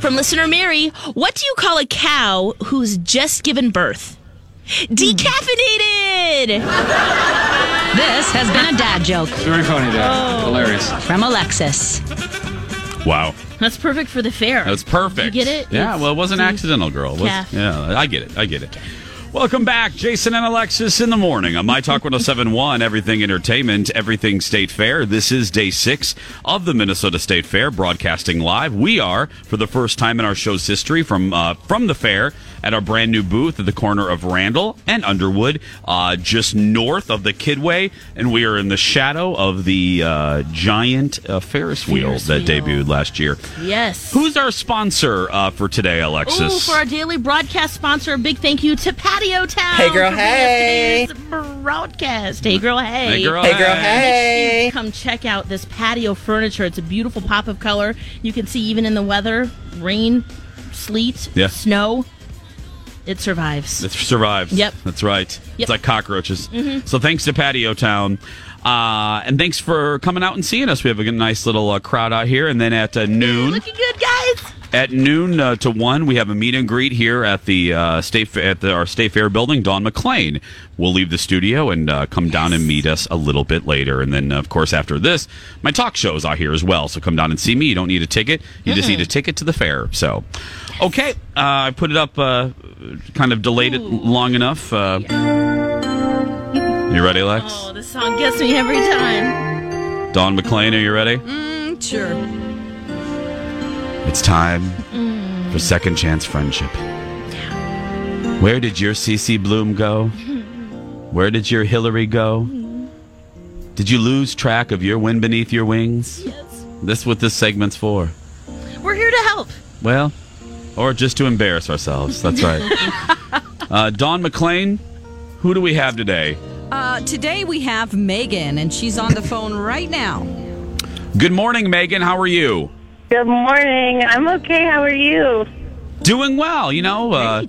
[SPEAKER 3] From listener Mary, what do you call a cow who's just given birth? Decaffeinated.
[SPEAKER 8] This has been a dad joke.
[SPEAKER 9] Very funny, Dad.
[SPEAKER 3] Oh.
[SPEAKER 9] Hilarious.
[SPEAKER 8] From Alexis.
[SPEAKER 2] Wow.
[SPEAKER 3] That's perfect for the fair.
[SPEAKER 2] That's perfect.
[SPEAKER 3] You get it?
[SPEAKER 2] Yeah,
[SPEAKER 3] It's
[SPEAKER 2] well, it wasn't
[SPEAKER 3] the-
[SPEAKER 2] accidental, girl. It was-
[SPEAKER 3] Calf.
[SPEAKER 2] yeah, I get it. I get it. Welcome back, Jason and Alexis in the morning on My Talk 1071, Everything Entertainment, Everything State Fair. This is day six of the Minnesota State Fair, broadcasting live. We are, for the first time in our show's history, from uh, from the fair at our brand new booth at the corner of Randall and Underwood, uh, just north of the Kidway. And we are in the shadow of the uh, giant uh, Ferris wheel that debuted last year.
[SPEAKER 3] Yes.
[SPEAKER 2] Who's our sponsor uh, for today,
[SPEAKER 3] Ooh,
[SPEAKER 2] Alexis?
[SPEAKER 3] for our daily broadcast sponsor, a big thank you to Patio Town.
[SPEAKER 2] Hey, girl,
[SPEAKER 3] for being
[SPEAKER 2] hey.
[SPEAKER 3] today's Broadcast. Hey, girl, hey.
[SPEAKER 2] Hey, girl, Hey, girl, hey.
[SPEAKER 3] Make sure you come check out this patio furniture. It's a beautiful pop of color. You can see even in the weather, rain, sleet,
[SPEAKER 2] Yeah.
[SPEAKER 3] snow, it survives.
[SPEAKER 2] It survives.
[SPEAKER 3] Yep.
[SPEAKER 2] That's right.
[SPEAKER 3] Yep.
[SPEAKER 2] It's like cockroaches.
[SPEAKER 3] Mhm.
[SPEAKER 2] So thanks to Patio Town. Uh, and thanks for coming out and seeing us. We have a good- nice little uh, crowd out here. And then at uh, noon,
[SPEAKER 3] Looking good, guys.
[SPEAKER 2] at noon uh, to one, we have a meet and greet here at the uh, state Fa- at the, our state fair building. Don McLean will leave the studio and uh, come down and meet us a little bit later. And then, of course, after this, my talk show is out here as well. So come down and see me. You don't need a ticket. You just need a ticket to the fair. So, okay, uh, I put it up, uh, kind of delayed it long enough. Uh, you ready, Lex?
[SPEAKER 3] Oh, this song gets me every time.
[SPEAKER 2] Don McLean, are you ready?
[SPEAKER 3] Mm, sure.
[SPEAKER 2] It's time for second chance friendship. Where did your CC Bloom go? Where did your Hillary go? Did you lose track of your wind beneath your wings?
[SPEAKER 3] Yes.
[SPEAKER 2] This what this segment's for.
[SPEAKER 3] We're here to help.
[SPEAKER 2] Well, or just to embarrass ourselves. That's right. uh, Don McLean, who do we have today?
[SPEAKER 4] Uh, today we have Megan, and she's on the phone right now.
[SPEAKER 2] Good morning, Megan. How are you?
[SPEAKER 10] Good morning. I'm okay. How are you?
[SPEAKER 2] Doing well, you know. Uh,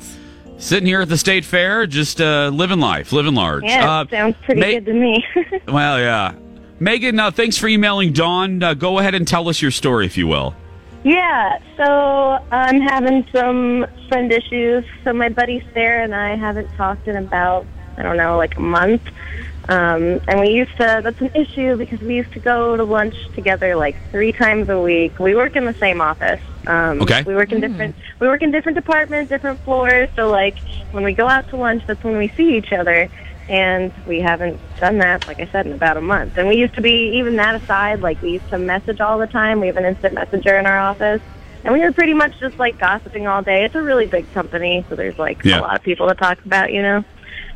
[SPEAKER 2] sitting here at the state fair, just uh, living life, living large.
[SPEAKER 10] Yeah,
[SPEAKER 2] Uh,
[SPEAKER 10] it sounds pretty
[SPEAKER 2] Ma-
[SPEAKER 10] good to me.
[SPEAKER 2] Well, yeah. Megan, uh, thanks for emailing Dawn. Uh, go ahead and tell us your story, if you will.
[SPEAKER 10] yeah, so I'm having some friend issues. So my buddy Sarah and I haven't talked in about, I don't know, like a month. Um, and we used to, that's an issue because we used to go to lunch together like three times a week. We work in the same office. Um,
[SPEAKER 11] Okay.
[SPEAKER 10] We work in different, we work in different departments, different floors. So like when we go out to lunch, that's when we see each other. and we haven't done that, like I said, in about a month. And we used to be, even that aside, like we used to message all the time. We have an instant messenger in our office. And we were pretty much just like gossiping all day. It's a really big company, so there's like
[SPEAKER 2] Yeah.
[SPEAKER 10] a lot of people to talk about, you know?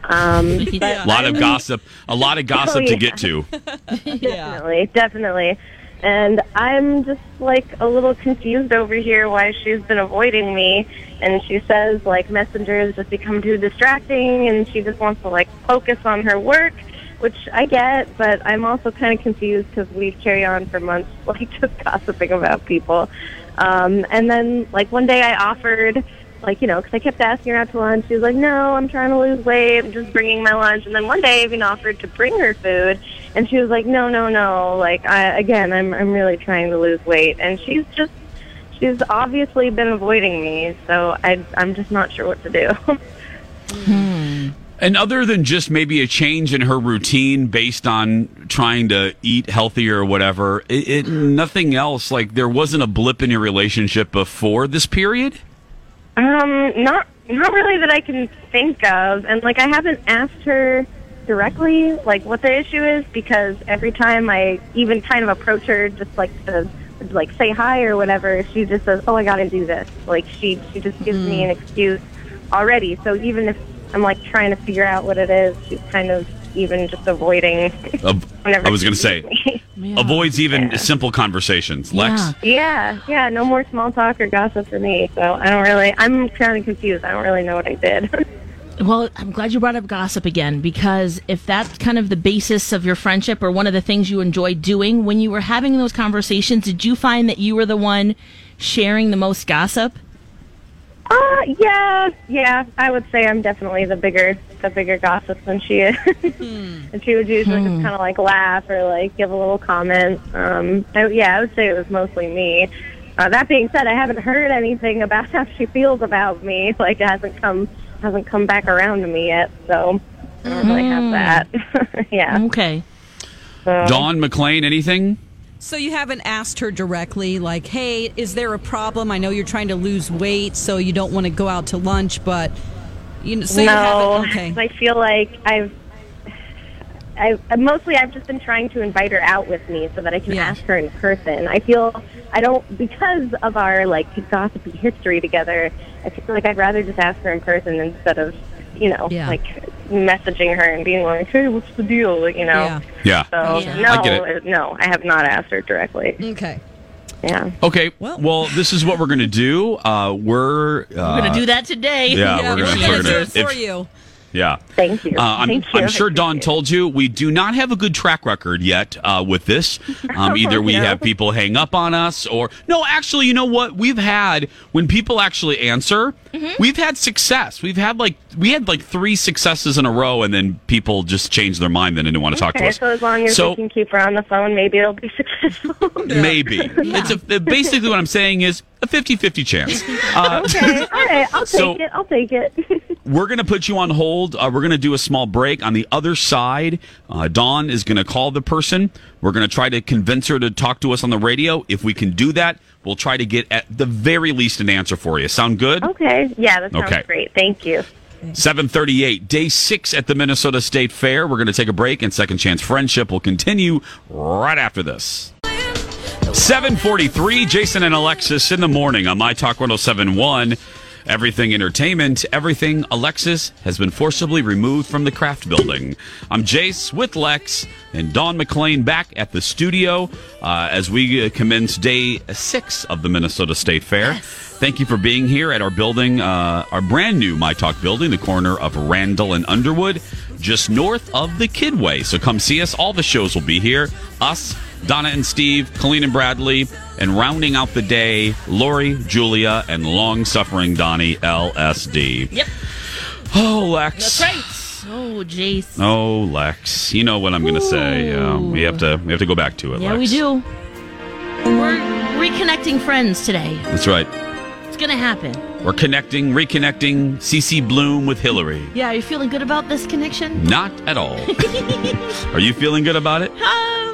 [SPEAKER 10] Um,
[SPEAKER 2] A lot of gossip. A lot of gossip
[SPEAKER 10] Oh, yeah.
[SPEAKER 2] to get to.
[SPEAKER 10] Definitely, definitely. And I'm just like a little confused over here why she's been avoiding me. And she says like Messenger has just become too distracting and she just wants to like focus on her work, which I get, but I'm also kind of confused because we carry on for months like just gossiping about people. Um, and then like one day I offered like you know, 'cause I kept asking her out to lunch. She was like, "No, I'm trying to lose weight. I'm just bringing my lunch." And then one day, I even offered to bring her food, and she was like, "No, no, no. Like, I again, I'm I'm really trying to lose weight." And she's just she's obviously been avoiding me, so I I'm just not sure what to do.
[SPEAKER 2] And other than just maybe a change in her routine based on trying to eat healthier or whatever, it, it nothing else. Like there wasn't a blip in your relationship before this period.
[SPEAKER 10] Um, not not really that I can think of, and like I haven't asked her directly like what the issue is because every time I even kind of approach her, just like to like say hi or whatever, she just says, "Oh, I got to do this." Like she she just gives me an excuse already. So even if I'm like trying to figure out what it is, she's kind of even just avoiding.
[SPEAKER 2] Av-
[SPEAKER 10] Whenever
[SPEAKER 2] I was going to
[SPEAKER 10] she
[SPEAKER 2] say
[SPEAKER 10] sees me.
[SPEAKER 2] avoids even simple conversations. Lex,
[SPEAKER 10] Yeah, yeah, no more small talk or gossip for me. So I don't really, I'm kind of confused. I don't really know what I did.
[SPEAKER 3] Well, I'm glad you brought up gossip again because if that's kind of the basis of your friendship or one of the things you enjoy doing, when you were having those conversations, did you find that you were the one sharing the most gossip?
[SPEAKER 10] uh, yeah, yeah, I would say I'm definitely the bigger, the bigger gossip than she is. and she would usually just kind of like laugh or like give a little comment. Um, I, yeah, I would say it was mostly me. Uh, that being said, I haven't heard anything about how she feels about me. Like it hasn't come, hasn't come back around to me yet. So I don't really have that. yeah.
[SPEAKER 3] Okay.
[SPEAKER 2] Dawn McLean, anything?
[SPEAKER 4] So you haven't asked her directly, like, "Hey, is there a problem? I know you're trying to lose weight, so you don't want to go out to lunch, but you know." So you
[SPEAKER 10] no,
[SPEAKER 4] haven't. Okay.
[SPEAKER 10] I feel like I've, I've uh, mostly I've just been trying to invite her out with me so that I can ask her in person. I feel I don't because of our like gossipy history together. I feel like I'd rather just ask her in person instead of you know
[SPEAKER 9] Yeah.
[SPEAKER 10] like messaging her and being like, hey, what's the deal? You know.
[SPEAKER 2] Yeah.
[SPEAKER 10] So
[SPEAKER 2] Yeah.
[SPEAKER 10] no,
[SPEAKER 2] I get it.
[SPEAKER 10] no, I have not asked her directly.
[SPEAKER 4] Okay.
[SPEAKER 10] Yeah.
[SPEAKER 2] Okay. Well, this is what we're going to do. Uh, we're uh,
[SPEAKER 3] We're going to do that today.
[SPEAKER 2] yeah, we're gonna-
[SPEAKER 3] she
[SPEAKER 2] we're
[SPEAKER 3] answers
[SPEAKER 2] gonna- if- Yeah.
[SPEAKER 10] Thank you.
[SPEAKER 2] Uh, I'm,
[SPEAKER 3] Thank you.
[SPEAKER 2] I'm sure Dawn told you we do not have a good track record yet uh, with this. Um, either we
[SPEAKER 5] No.
[SPEAKER 2] have people hang up on us, or no. Actually, you know what? We've had when people actually answer,
[SPEAKER 10] Mm-hmm.
[SPEAKER 2] we've had success. We've had like we had like three successes in a row, and then people just changed their mind and didn't want to talk to
[SPEAKER 10] Okay,
[SPEAKER 2] us.
[SPEAKER 10] so as long as
[SPEAKER 2] So-
[SPEAKER 10] we can keep her on the phone, maybe it'll be successful.
[SPEAKER 2] Maybe it's a, basically what I'm saying is a 50-50 chance. Uh,
[SPEAKER 10] okay, all right, I'll take
[SPEAKER 2] So-
[SPEAKER 10] it. I'll take it.
[SPEAKER 2] We're going to put you on hold. Uh, we're going to do a small break. On the other side, uh, Dawn is going to call the person. We're going to try to convince her to talk to us on the radio. If we can do that, we'll try to get at the very least an answer for you. Sound good?
[SPEAKER 10] Okay. Yeah, that sounds
[SPEAKER 2] Okay.
[SPEAKER 10] great. Thank you.
[SPEAKER 2] 738, day six at the Minnesota State Fair. We're going to take a break, and Second Chance Friendship will continue right after this. 743, Jason and Alexis in the morning on My Talk 1071. Everything Entertainment, everything Alexis has been forcibly removed from the craft building. I'm Jace with Lex and Dawn McLean back at the studio uh, as we uh, commence day six of the Minnesota State Fair. Thank you for being here at our building, uh, our brand new My Talk building, the corner of Randall and Underwood, just north of the Kidway. So come see us. All the shows will be here. Us, Donna and Steve, Colleen and Bradley, and rounding out the day, Lori, Julia, and long suffering Donnie LSD.
[SPEAKER 3] Yep.
[SPEAKER 2] Oh, Lex.
[SPEAKER 3] That's right. Oh, Jace.
[SPEAKER 2] Oh, Lex. You know what I'm going to say. Uh, we have to we have to go back to it.
[SPEAKER 3] Yeah,
[SPEAKER 2] Lex.
[SPEAKER 3] we do. We're reconnecting friends today.
[SPEAKER 2] That's right.
[SPEAKER 3] It's going to happen.
[SPEAKER 2] We're connecting, reconnecting. CC Bloom with Hillary.
[SPEAKER 3] Yeah, are you feeling good about this connection?
[SPEAKER 2] Not at all. Are you feeling good about it?
[SPEAKER 3] Um,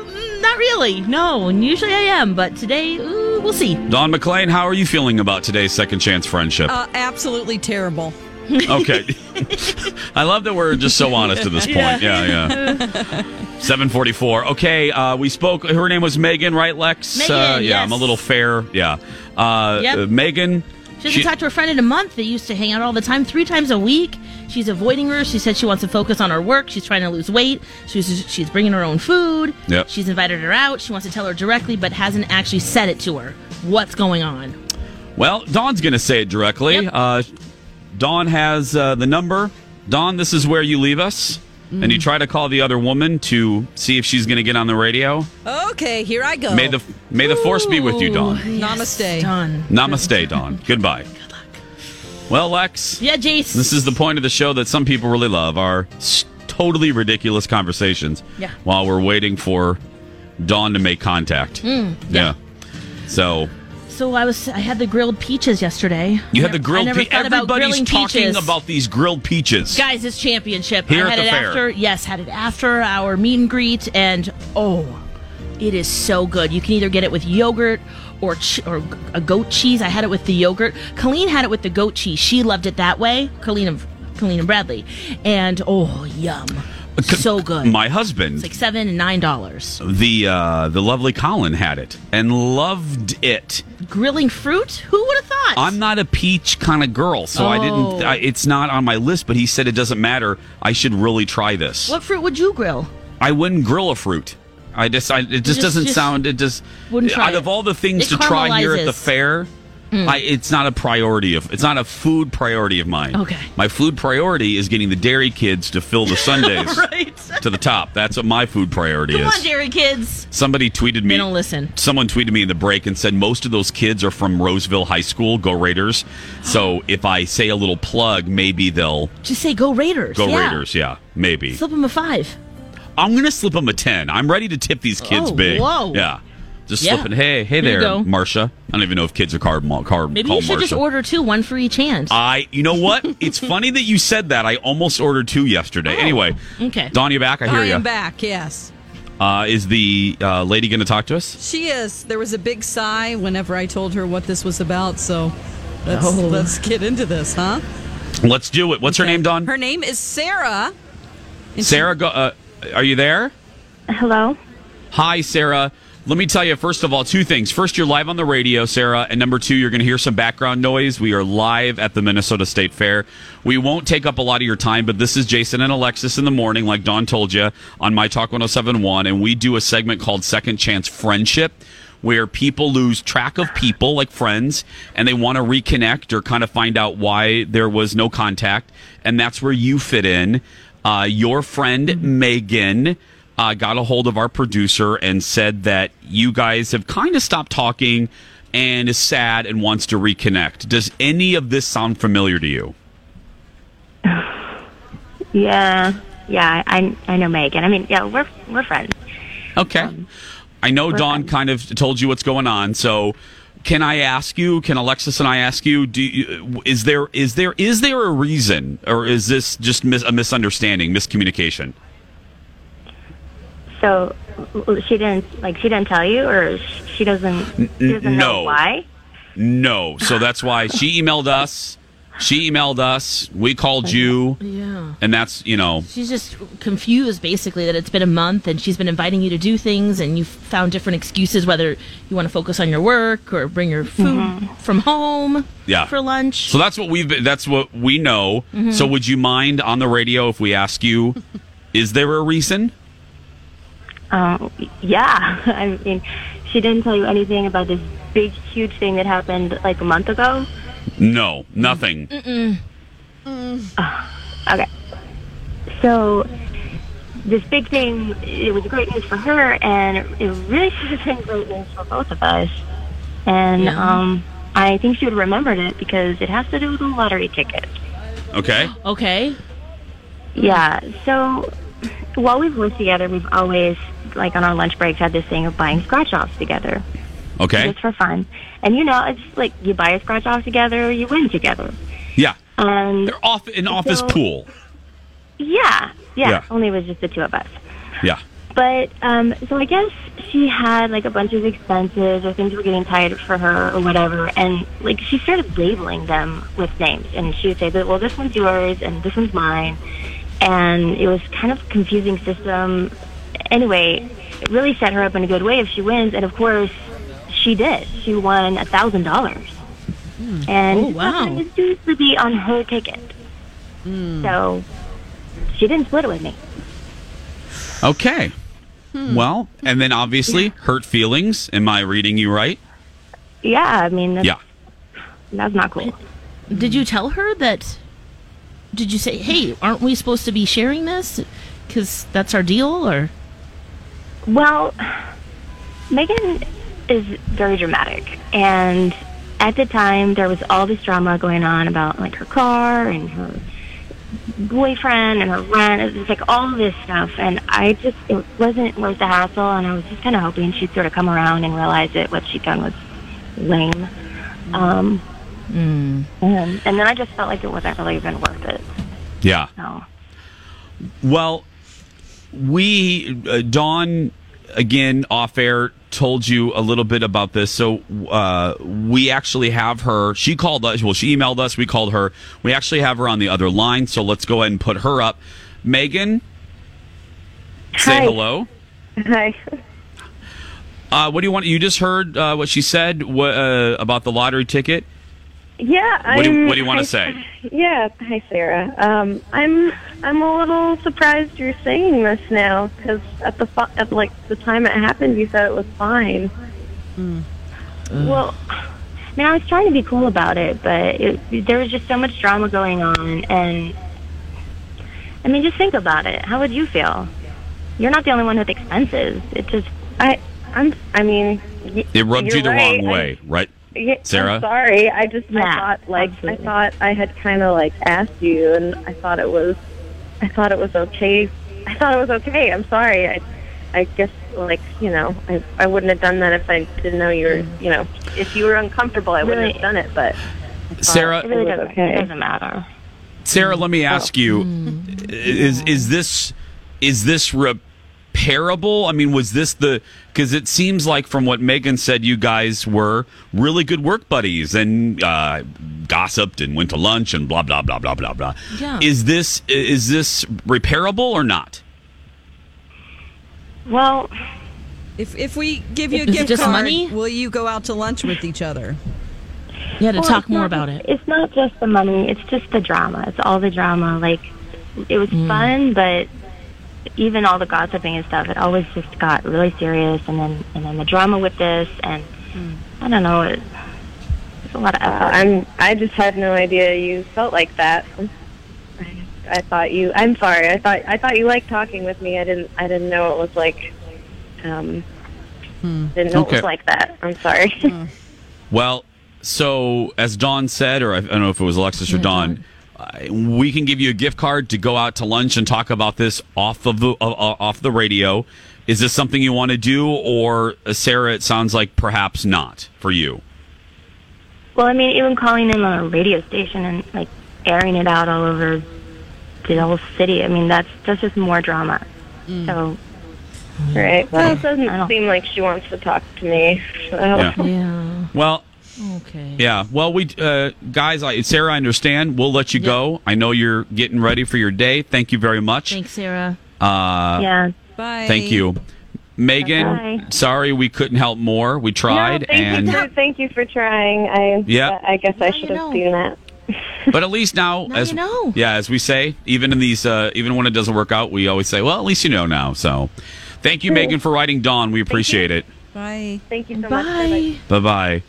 [SPEAKER 3] not really. No, and usually I am, but today ooh, we'll see.
[SPEAKER 2] Don McLean, how are you feeling about today's second chance friendship?
[SPEAKER 4] Uh, absolutely terrible.
[SPEAKER 2] okay. I love that we're just so honest at this point. yeah. yeah. 744. Okay, uh, we spoke. Her name was Megan, right, Lex?
[SPEAKER 3] Megan,
[SPEAKER 2] uh, yeah,
[SPEAKER 3] yes.
[SPEAKER 2] I'm a little fair. Yeah. Uh,
[SPEAKER 3] Yep.
[SPEAKER 2] uh, Megan.
[SPEAKER 3] She hasn't talked to her friend in a month. They used to hang out all the time, three times a week. She's avoiding her. She said she wants to focus on her work. She's trying to lose weight. She's she's bringing her own food.
[SPEAKER 2] Yep.
[SPEAKER 3] She's invited her out. She wants to tell her directly, but hasn't actually said it to her. What's going on?
[SPEAKER 2] well, Dawn's going to say it directly. Uh, Dawn has uh, the number. Dawn, this is where you leave us. And
[SPEAKER 3] Mm.
[SPEAKER 2] you try to call the other woman to see if she's going to get on the radio.
[SPEAKER 4] Okay, here I go.
[SPEAKER 2] May the may the force be with you,
[SPEAKER 3] Oh,
[SPEAKER 2] Dawn.
[SPEAKER 4] Namaste.
[SPEAKER 2] Namaste, Dawn. Goodbye. Good luck. Well, Lex.
[SPEAKER 3] Yeah, Jace.
[SPEAKER 2] This is the point of the show that some people really love our s- totally ridiculous conversations
[SPEAKER 3] Yeah. Hmm.
[SPEAKER 2] while we're waiting for Dawn to make contact.
[SPEAKER 3] Mm,
[SPEAKER 2] yeah. So
[SPEAKER 3] So I was I had the grilled peaches yesterday.
[SPEAKER 2] You had the grilled
[SPEAKER 3] I never
[SPEAKER 2] peach.
[SPEAKER 3] thought about
[SPEAKER 2] Everybody's
[SPEAKER 3] grilling
[SPEAKER 2] talking
[SPEAKER 3] peaches.
[SPEAKER 2] about these grilled peaches.
[SPEAKER 3] Guys, it's championship.
[SPEAKER 2] Here
[SPEAKER 3] I had
[SPEAKER 2] at the
[SPEAKER 3] it
[SPEAKER 2] fair.
[SPEAKER 3] after yes, had it after our meet and greet and oh, it is so good. You can either get it with yogurt or ch- or a goat cheese. I had it with the yogurt. Colleen had it with the goat cheese. She loved it that way. Colleen and Colleen and Bradley. And oh, yum. So good.
[SPEAKER 2] Uh, My husband,
[SPEAKER 3] It's like 7 and 9 dollars.
[SPEAKER 2] the uh, the lovely Colin, had it and loved it.
[SPEAKER 3] Grilling fruit? Who would have thought?
[SPEAKER 2] I'm not a peach kind of girl, so I didn't.
[SPEAKER 3] Oh.
[SPEAKER 2] I, it's not on my list. But he said it doesn't matter. I should really try this.
[SPEAKER 3] What fruit would you grill?
[SPEAKER 2] I wouldn't grill a fruit. I just, I, it just,
[SPEAKER 3] just-
[SPEAKER 2] doesn't
[SPEAKER 3] just
[SPEAKER 2] sound. It just
[SPEAKER 3] wouldn't try
[SPEAKER 2] out
[SPEAKER 3] it.
[SPEAKER 2] of all the things
[SPEAKER 3] It
[SPEAKER 2] to try here at the
[SPEAKER 3] caramelizes.
[SPEAKER 2] fair.
[SPEAKER 3] Mm.
[SPEAKER 2] I, it's not a priority of. It's not a food priority of mine.
[SPEAKER 3] Okay.
[SPEAKER 2] My food priority is getting the dairy kids to fill the Sundays
[SPEAKER 3] right.
[SPEAKER 2] to the top. That's what my food priority
[SPEAKER 3] Come
[SPEAKER 2] is.
[SPEAKER 3] on, dairy kids.
[SPEAKER 2] Somebody tweeted me.
[SPEAKER 3] They don't listen.
[SPEAKER 2] Someone tweeted me in the break and said most of those kids are from Roseville High School. Go Raiders! So if I say a little plug, maybe they'll
[SPEAKER 3] Just say go Raiders.
[SPEAKER 2] go
[SPEAKER 3] Yeah.
[SPEAKER 2] Raiders. Yeah, maybe.
[SPEAKER 3] Slip them a 5.
[SPEAKER 2] I'm gonna slip them a ten. I'm ready to tip these kids
[SPEAKER 3] Oh,
[SPEAKER 2] big.
[SPEAKER 3] whoa.
[SPEAKER 2] Yeah, just
[SPEAKER 3] Yeah.
[SPEAKER 2] slipping. Hey, hey
[SPEAKER 3] Here you
[SPEAKER 2] there,
[SPEAKER 3] go.
[SPEAKER 2] Marsha. I don't even know if kids are called Mar- called
[SPEAKER 3] Maybe you
[SPEAKER 2] called
[SPEAKER 3] should
[SPEAKER 2] Marsha.
[SPEAKER 3] just order two, one for each hand.
[SPEAKER 2] I. You know what? it's funny that you said that. I almost ordered two yesterday. anyway,
[SPEAKER 3] Oh, okay.
[SPEAKER 2] Don, you back? I hear
[SPEAKER 4] I
[SPEAKER 2] you.
[SPEAKER 4] am back, yes.
[SPEAKER 2] Uh, is the uh, lady gonna talk to us?
[SPEAKER 4] She is. There was a big sigh whenever I told her what this was about, so let's,
[SPEAKER 2] Oh.
[SPEAKER 4] let's get into this, huh?
[SPEAKER 2] Let's do it. What's her name, Don?
[SPEAKER 4] Her name is Sarah.
[SPEAKER 2] Sarah, go, uh, are you there?
[SPEAKER 10] Hello.
[SPEAKER 2] Hi, Sarah. Let me tell you, first of all, two things. First, you're live on the radio, Sarah. And number two, you're going to hear some background noise. We are live at the Minnesota State Fair. We won't take up a lot of your time, but this is Jason and Alexis in the morning, like Don told you, on My Talk 1071. And we do a segment called Second Chance Friendship, where people lose track of people, like friends, and they want to reconnect or kind of find out why there was no contact. And that's where you fit in. Uh, your friend, Megan uh, got a hold of our producer and said that you guys have kind of stopped talking and is sad and wants to reconnect. Does any of this sound familiar to you?
[SPEAKER 9] Yeah, yeah, I I know Megan. I mean, yeah, we're we're friends.
[SPEAKER 2] Okay. I know
[SPEAKER 9] Um, we're
[SPEAKER 2] Dawn kind of told you what's going on, so can I ask you? Can Alexis and I ask you? Do you, is there is there is there a reason, or is this just mis- a misunderstanding, miscommunication?
[SPEAKER 9] So l- l- she didn't like she didn't tell you, or sh- she doesn't she doesn't know
[SPEAKER 2] no.
[SPEAKER 9] why.
[SPEAKER 2] No, so that's why she emailed us. She emailed us. We called you,
[SPEAKER 3] Yeah.
[SPEAKER 2] and that's you know
[SPEAKER 3] She's just confused, basically, that it's been a month and she's been inviting you to do things and you've found different excuses, whether you want to focus on your work or bring your food
[SPEAKER 9] Mm-hmm.
[SPEAKER 3] from home
[SPEAKER 2] Yeah.
[SPEAKER 3] for lunch.
[SPEAKER 2] So that's what we've been, that's what we know.
[SPEAKER 3] Mhm.
[SPEAKER 2] So would you mind on the radio if we ask you is there a reason?
[SPEAKER 9] Uh, yeah, I mean, she didn't tell you anything about this big huge thing that happened like a month ago.
[SPEAKER 2] No, nothing.
[SPEAKER 9] Mm-mm. okay. So this big thing, it was great news for her, and it really should have been great news for both of us. And
[SPEAKER 3] Yeah.
[SPEAKER 9] um, I think she would have remembered it because it has to do with a lottery ticket.
[SPEAKER 2] Okay.
[SPEAKER 3] Okay.
[SPEAKER 9] Yeah. So while we've lived together, we've always, like on our lunch breaks, had this thing of buying scratch offs together
[SPEAKER 2] Okay.
[SPEAKER 9] just for fun. And you know, it's like you buy a scratch off together, you win together.
[SPEAKER 2] Yeah.
[SPEAKER 9] And
[SPEAKER 2] They're off an office
[SPEAKER 9] So-
[SPEAKER 2] pool.
[SPEAKER 9] Yeah, yeah.
[SPEAKER 2] Yeah.
[SPEAKER 9] Only it was just the two of us.
[SPEAKER 2] Yeah.
[SPEAKER 9] But um, so I guess she had like a bunch of expenses or things were getting tight for her or whatever, and like she started labeling them with names, and she would say that well, this one's yours and this one's mine, and it was kind of a confusing system. Anyway, it really set her up in a good way if she wins, and of course she did. She won a thousand dollars, and
[SPEAKER 3] Oh, wow. Hmm.
[SPEAKER 9] it was due to be on her ticket, so she didn't split it with me.
[SPEAKER 2] Okay.
[SPEAKER 3] Hmm.
[SPEAKER 2] Well, and then obviously hurt feelings. Am I reading you right?
[SPEAKER 9] Yeah, I mean, that's,
[SPEAKER 2] Yeah.
[SPEAKER 9] that's not cool.
[SPEAKER 3] Did you tell her that? Did you say, hey, aren't we supposed to be sharing this? Because that's our deal, or?
[SPEAKER 9] Well, Megan is very dramatic, and at the time there was all this drama going on about like her car and her boyfriend and her rent. It was like all this stuff, and I just it wasn't worth the hassle. And I was just kind of hoping she'd sort of come around and realize that what she'd done was lame. Um, and, and then I just felt like it wasn't really even worth it.
[SPEAKER 2] Yeah.
[SPEAKER 9] No.
[SPEAKER 2] Well, we uh, Dawn again off air told you a little bit about this. So uh, we actually have her. She called us. Well, she emailed us. We called her. We actually have her on the other line. So let's go ahead and put her up. Megan, say
[SPEAKER 10] Hi.
[SPEAKER 2] hello.
[SPEAKER 10] Hi.
[SPEAKER 2] Uh, what do you want? You just heard uh, what she said wha- uh, about the lottery ticket.
[SPEAKER 10] Yeah.
[SPEAKER 2] What do, you-
[SPEAKER 10] I'm-
[SPEAKER 2] what do you want
[SPEAKER 10] I-
[SPEAKER 2] to say?
[SPEAKER 10] Yeah. Hi, Sarah. Um, I'm I'm a little surprised you're saying this now because at the fu- at like the time it happened, you said it was fine. Well, I mean, I was trying to be cool about it, but it, there was just so much drama going on, and I mean, just think about it. How would you feel? You're not the only one with expenses. It just I I'm I mean y-
[SPEAKER 2] It rubbed
[SPEAKER 10] you're
[SPEAKER 2] you the
[SPEAKER 10] right.
[SPEAKER 2] wrong
[SPEAKER 10] I-
[SPEAKER 2] way, right?
[SPEAKER 10] yeah,
[SPEAKER 2] Sarah?
[SPEAKER 10] I'm sorry. I just I
[SPEAKER 9] Yeah,
[SPEAKER 10] thought like I thought I had kind of like asked you, and I thought it was, I thought it was okay. I thought it was okay. I'm sorry. I, I guess like you know, I I wouldn't have done that if I didn't know you were you know if you were uncomfortable, I wouldn't have done it. But I thought
[SPEAKER 2] Sarah-
[SPEAKER 10] it really doesn't,
[SPEAKER 9] okay. Oh.
[SPEAKER 10] it doesn't matter.
[SPEAKER 2] Sarah, let me ask you:
[SPEAKER 9] Mm.
[SPEAKER 2] is is this is this repairable? I mean, was this the because it seems like from what Megan said, you guys were really good work buddies and uh, gossiped and went to lunch and blah blah blah blah blah blah.
[SPEAKER 9] Yeah.
[SPEAKER 2] Is this is this repairable or not?
[SPEAKER 10] Well,
[SPEAKER 4] if if we give you a
[SPEAKER 3] Is it
[SPEAKER 4] gift
[SPEAKER 3] just
[SPEAKER 4] card,
[SPEAKER 3] money?
[SPEAKER 4] will you go out to lunch with each other?
[SPEAKER 3] Yeah, to
[SPEAKER 9] Well,
[SPEAKER 3] talk
[SPEAKER 9] it's
[SPEAKER 3] more
[SPEAKER 9] not-
[SPEAKER 3] about it.
[SPEAKER 9] It's not just the money, it's just the drama. It's all the drama. Like, it was fun, but even all the gossiping and stuff, it always just got really serious. And then, and then the drama with this, and I don't know. It, it's a lot of effort.
[SPEAKER 10] I'm I just had no idea you felt like that. I, I thought you. I'm sorry. I thought I thought you liked talking with me. I didn't. I didn't know it was like. Um, Didn't know it
[SPEAKER 2] Okay.
[SPEAKER 10] was like that. I'm sorry.
[SPEAKER 2] Well, so as Dawn said, or I I don't know if it was Alexis or Dawn, uh, we can give you a gift card to go out to lunch and talk about this off of the uh, off the radio. Is this something you want to do, or uh, Sarah? It sounds like perhaps not for you.
[SPEAKER 9] Well, I mean, even calling in on a radio station and like airing it out all over the whole city. I mean, that's that's just more drama. So,
[SPEAKER 10] right. Well, it
[SPEAKER 9] I
[SPEAKER 10] doesn't
[SPEAKER 9] don't-
[SPEAKER 10] seem like she wants to talk to me. So.
[SPEAKER 3] Yeah.
[SPEAKER 2] Well,
[SPEAKER 3] Okay.
[SPEAKER 2] yeah. Well, we uh, guys, I, Sarah, I understand. We'll let you go. I know you're getting ready for your day. Thank you very much.
[SPEAKER 3] Thanks, Sarah.
[SPEAKER 2] Uh,
[SPEAKER 4] Bye.
[SPEAKER 2] Thank you, Megan.
[SPEAKER 10] Bye.
[SPEAKER 2] Sorry we couldn't help more. We tried
[SPEAKER 10] No, "Oh, thank
[SPEAKER 2] and.
[SPEAKER 10] you. For, thank you for trying. I.
[SPEAKER 2] Yeah.
[SPEAKER 10] I guess I should have seen that.
[SPEAKER 2] But at least now, as yeah, as we say, even in these, uh, even when it doesn't work out, we always say, "Well, at least you know now." So, thank you,
[SPEAKER 4] Sure.
[SPEAKER 2] Megan, for writing Dawn. We appreciate it.
[SPEAKER 4] Bye.
[SPEAKER 10] Thank you so
[SPEAKER 4] much. Bye.
[SPEAKER 2] Bye bye.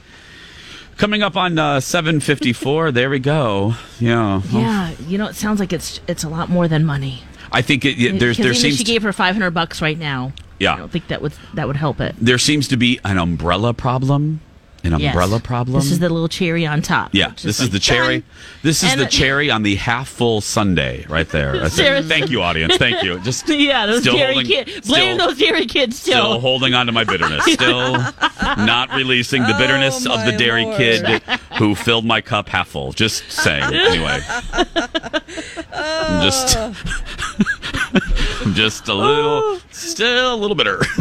[SPEAKER 2] Coming up on uh, seven fifty four. there we go. Yeah,
[SPEAKER 3] Yeah, you know, it sounds like it's it's a lot more than money.
[SPEAKER 2] I think it, it- there's
[SPEAKER 3] Because
[SPEAKER 2] there
[SPEAKER 3] even if
[SPEAKER 2] seems
[SPEAKER 3] she
[SPEAKER 2] to,
[SPEAKER 3] gave her five hundred bucks right now.
[SPEAKER 2] Yeah.
[SPEAKER 3] I don't think that would that would help it.
[SPEAKER 2] there seems to be an umbrella problem. An
[SPEAKER 3] Yes.
[SPEAKER 2] umbrella problem.
[SPEAKER 3] This is the little cherry on top.
[SPEAKER 2] yeah.
[SPEAKER 3] Just
[SPEAKER 2] This is
[SPEAKER 3] like,
[SPEAKER 2] the cherry.
[SPEAKER 3] done.
[SPEAKER 2] This is
[SPEAKER 3] And
[SPEAKER 2] the
[SPEAKER 3] it-
[SPEAKER 2] cherry on the half full Sunday right there. That's it.
[SPEAKER 3] Seriously.
[SPEAKER 2] Thank you, audience. Thank you. Just
[SPEAKER 3] yeah, those
[SPEAKER 2] still
[SPEAKER 3] cherry
[SPEAKER 2] holding-
[SPEAKER 3] kids.
[SPEAKER 2] still-
[SPEAKER 3] Blame those cherry kids still.
[SPEAKER 2] Still holding on to my bitterness. Still not releasing the bitterness of the
[SPEAKER 3] Oh, my
[SPEAKER 2] dairy
[SPEAKER 3] Lord.
[SPEAKER 2] kid who filled my cup half full. Just saying. Anyway, I'm just, I'm just a
[SPEAKER 3] Oh.
[SPEAKER 2] little, still a little bitter.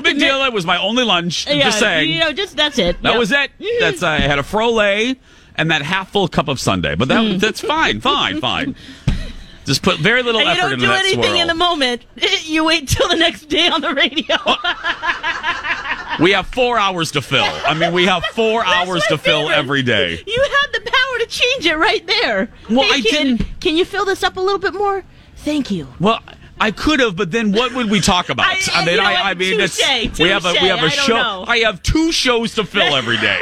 [SPEAKER 2] big deal. That was my only lunch. I'm
[SPEAKER 3] yeah,
[SPEAKER 2] just saying.
[SPEAKER 3] You know, just that's it.
[SPEAKER 2] that
[SPEAKER 3] Yeah.
[SPEAKER 2] was it. That's uh, I had a frolay and that half full cup of Sunday.
[SPEAKER 3] Hmm.
[SPEAKER 2] But that that's fine, fine, fine. Just put very little
[SPEAKER 3] And you
[SPEAKER 2] effort
[SPEAKER 3] don't
[SPEAKER 2] into
[SPEAKER 3] do
[SPEAKER 2] that
[SPEAKER 3] anything
[SPEAKER 2] swirl.
[SPEAKER 3] in the moment. You wait till the next day on the radio.
[SPEAKER 2] We have four hours to fill. I mean, we have four hours to fill every day.
[SPEAKER 3] You had the power to change it right there. Well, I didn't. Can you fill this up a little bit more? Thank you.
[SPEAKER 2] Well, I could have, but then what would we talk about? I, mean,
[SPEAKER 3] you know
[SPEAKER 2] I,
[SPEAKER 3] what?
[SPEAKER 2] I mean, it's-
[SPEAKER 3] Touche,
[SPEAKER 2] we have a we
[SPEAKER 3] touche.
[SPEAKER 2] have a
[SPEAKER 3] I don't
[SPEAKER 2] show.
[SPEAKER 3] know.
[SPEAKER 2] I have two shows to fill every day.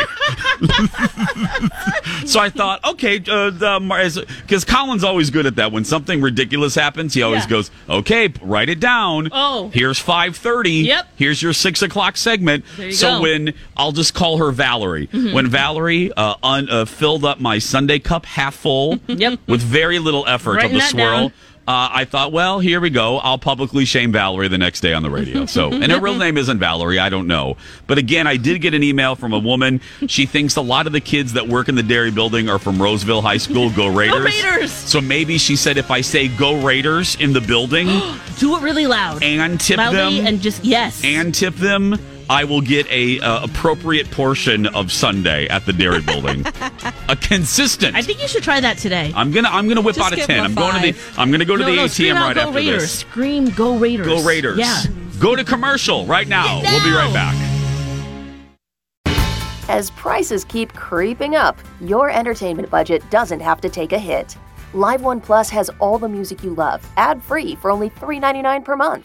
[SPEAKER 2] so I thought, okay, uh, because Colin's always good at that. When something ridiculous happens, he always
[SPEAKER 3] Yeah.
[SPEAKER 2] goes, "Okay, write it down.
[SPEAKER 3] Oh.
[SPEAKER 2] here's five thirty.
[SPEAKER 3] Yep.
[SPEAKER 2] here's your six o'clock segment."
[SPEAKER 3] There you
[SPEAKER 2] so
[SPEAKER 3] go.
[SPEAKER 2] when I'll just call her Valerie.
[SPEAKER 3] Mhm.
[SPEAKER 2] When Valerie uh, un, uh, filled up my Sunday cup half full,
[SPEAKER 3] Yep.
[SPEAKER 2] with very little effort of
[SPEAKER 3] Writing
[SPEAKER 2] the
[SPEAKER 3] that
[SPEAKER 2] swirl.
[SPEAKER 3] down.
[SPEAKER 2] uh, I thought, well, here we go. I'll publicly shame Valerie the next day on the radio. So, and her real name isn't Valerie. I don't know. But again, I did get an email from a woman. She thinks a lot of the kids that work in the dairy building are from Roseville High School. Go Raiders.
[SPEAKER 3] Raiders!
[SPEAKER 2] So maybe she said if I say go Raiders in the building
[SPEAKER 3] Do it really loud.
[SPEAKER 2] and tip
[SPEAKER 3] Loudly
[SPEAKER 2] them
[SPEAKER 3] and just, yes.
[SPEAKER 2] and tip them, I will get a uh, appropriate portion of Sunday at the dairy building. a consistent.
[SPEAKER 3] I think you should try that today.
[SPEAKER 2] I'm gonna I'm gonna whip
[SPEAKER 3] Just
[SPEAKER 2] out a
[SPEAKER 3] give him
[SPEAKER 2] ten.
[SPEAKER 3] a
[SPEAKER 2] I'm going to
[SPEAKER 3] five.
[SPEAKER 2] the I'm gonna go to
[SPEAKER 3] No,
[SPEAKER 2] the
[SPEAKER 3] no,
[SPEAKER 2] ATM
[SPEAKER 3] scream out,
[SPEAKER 2] right
[SPEAKER 3] go
[SPEAKER 2] after
[SPEAKER 3] Raiders.
[SPEAKER 2] this.
[SPEAKER 3] Scream, go Raiders.
[SPEAKER 2] Go Raiders.
[SPEAKER 3] Yeah.
[SPEAKER 2] Go to commercial right now. We'll be right back.
[SPEAKER 11] As prices keep creeping up, your entertainment budget doesn't have to take a hit. Live One Plus has all the music you love, ad free for only $3.99 per month.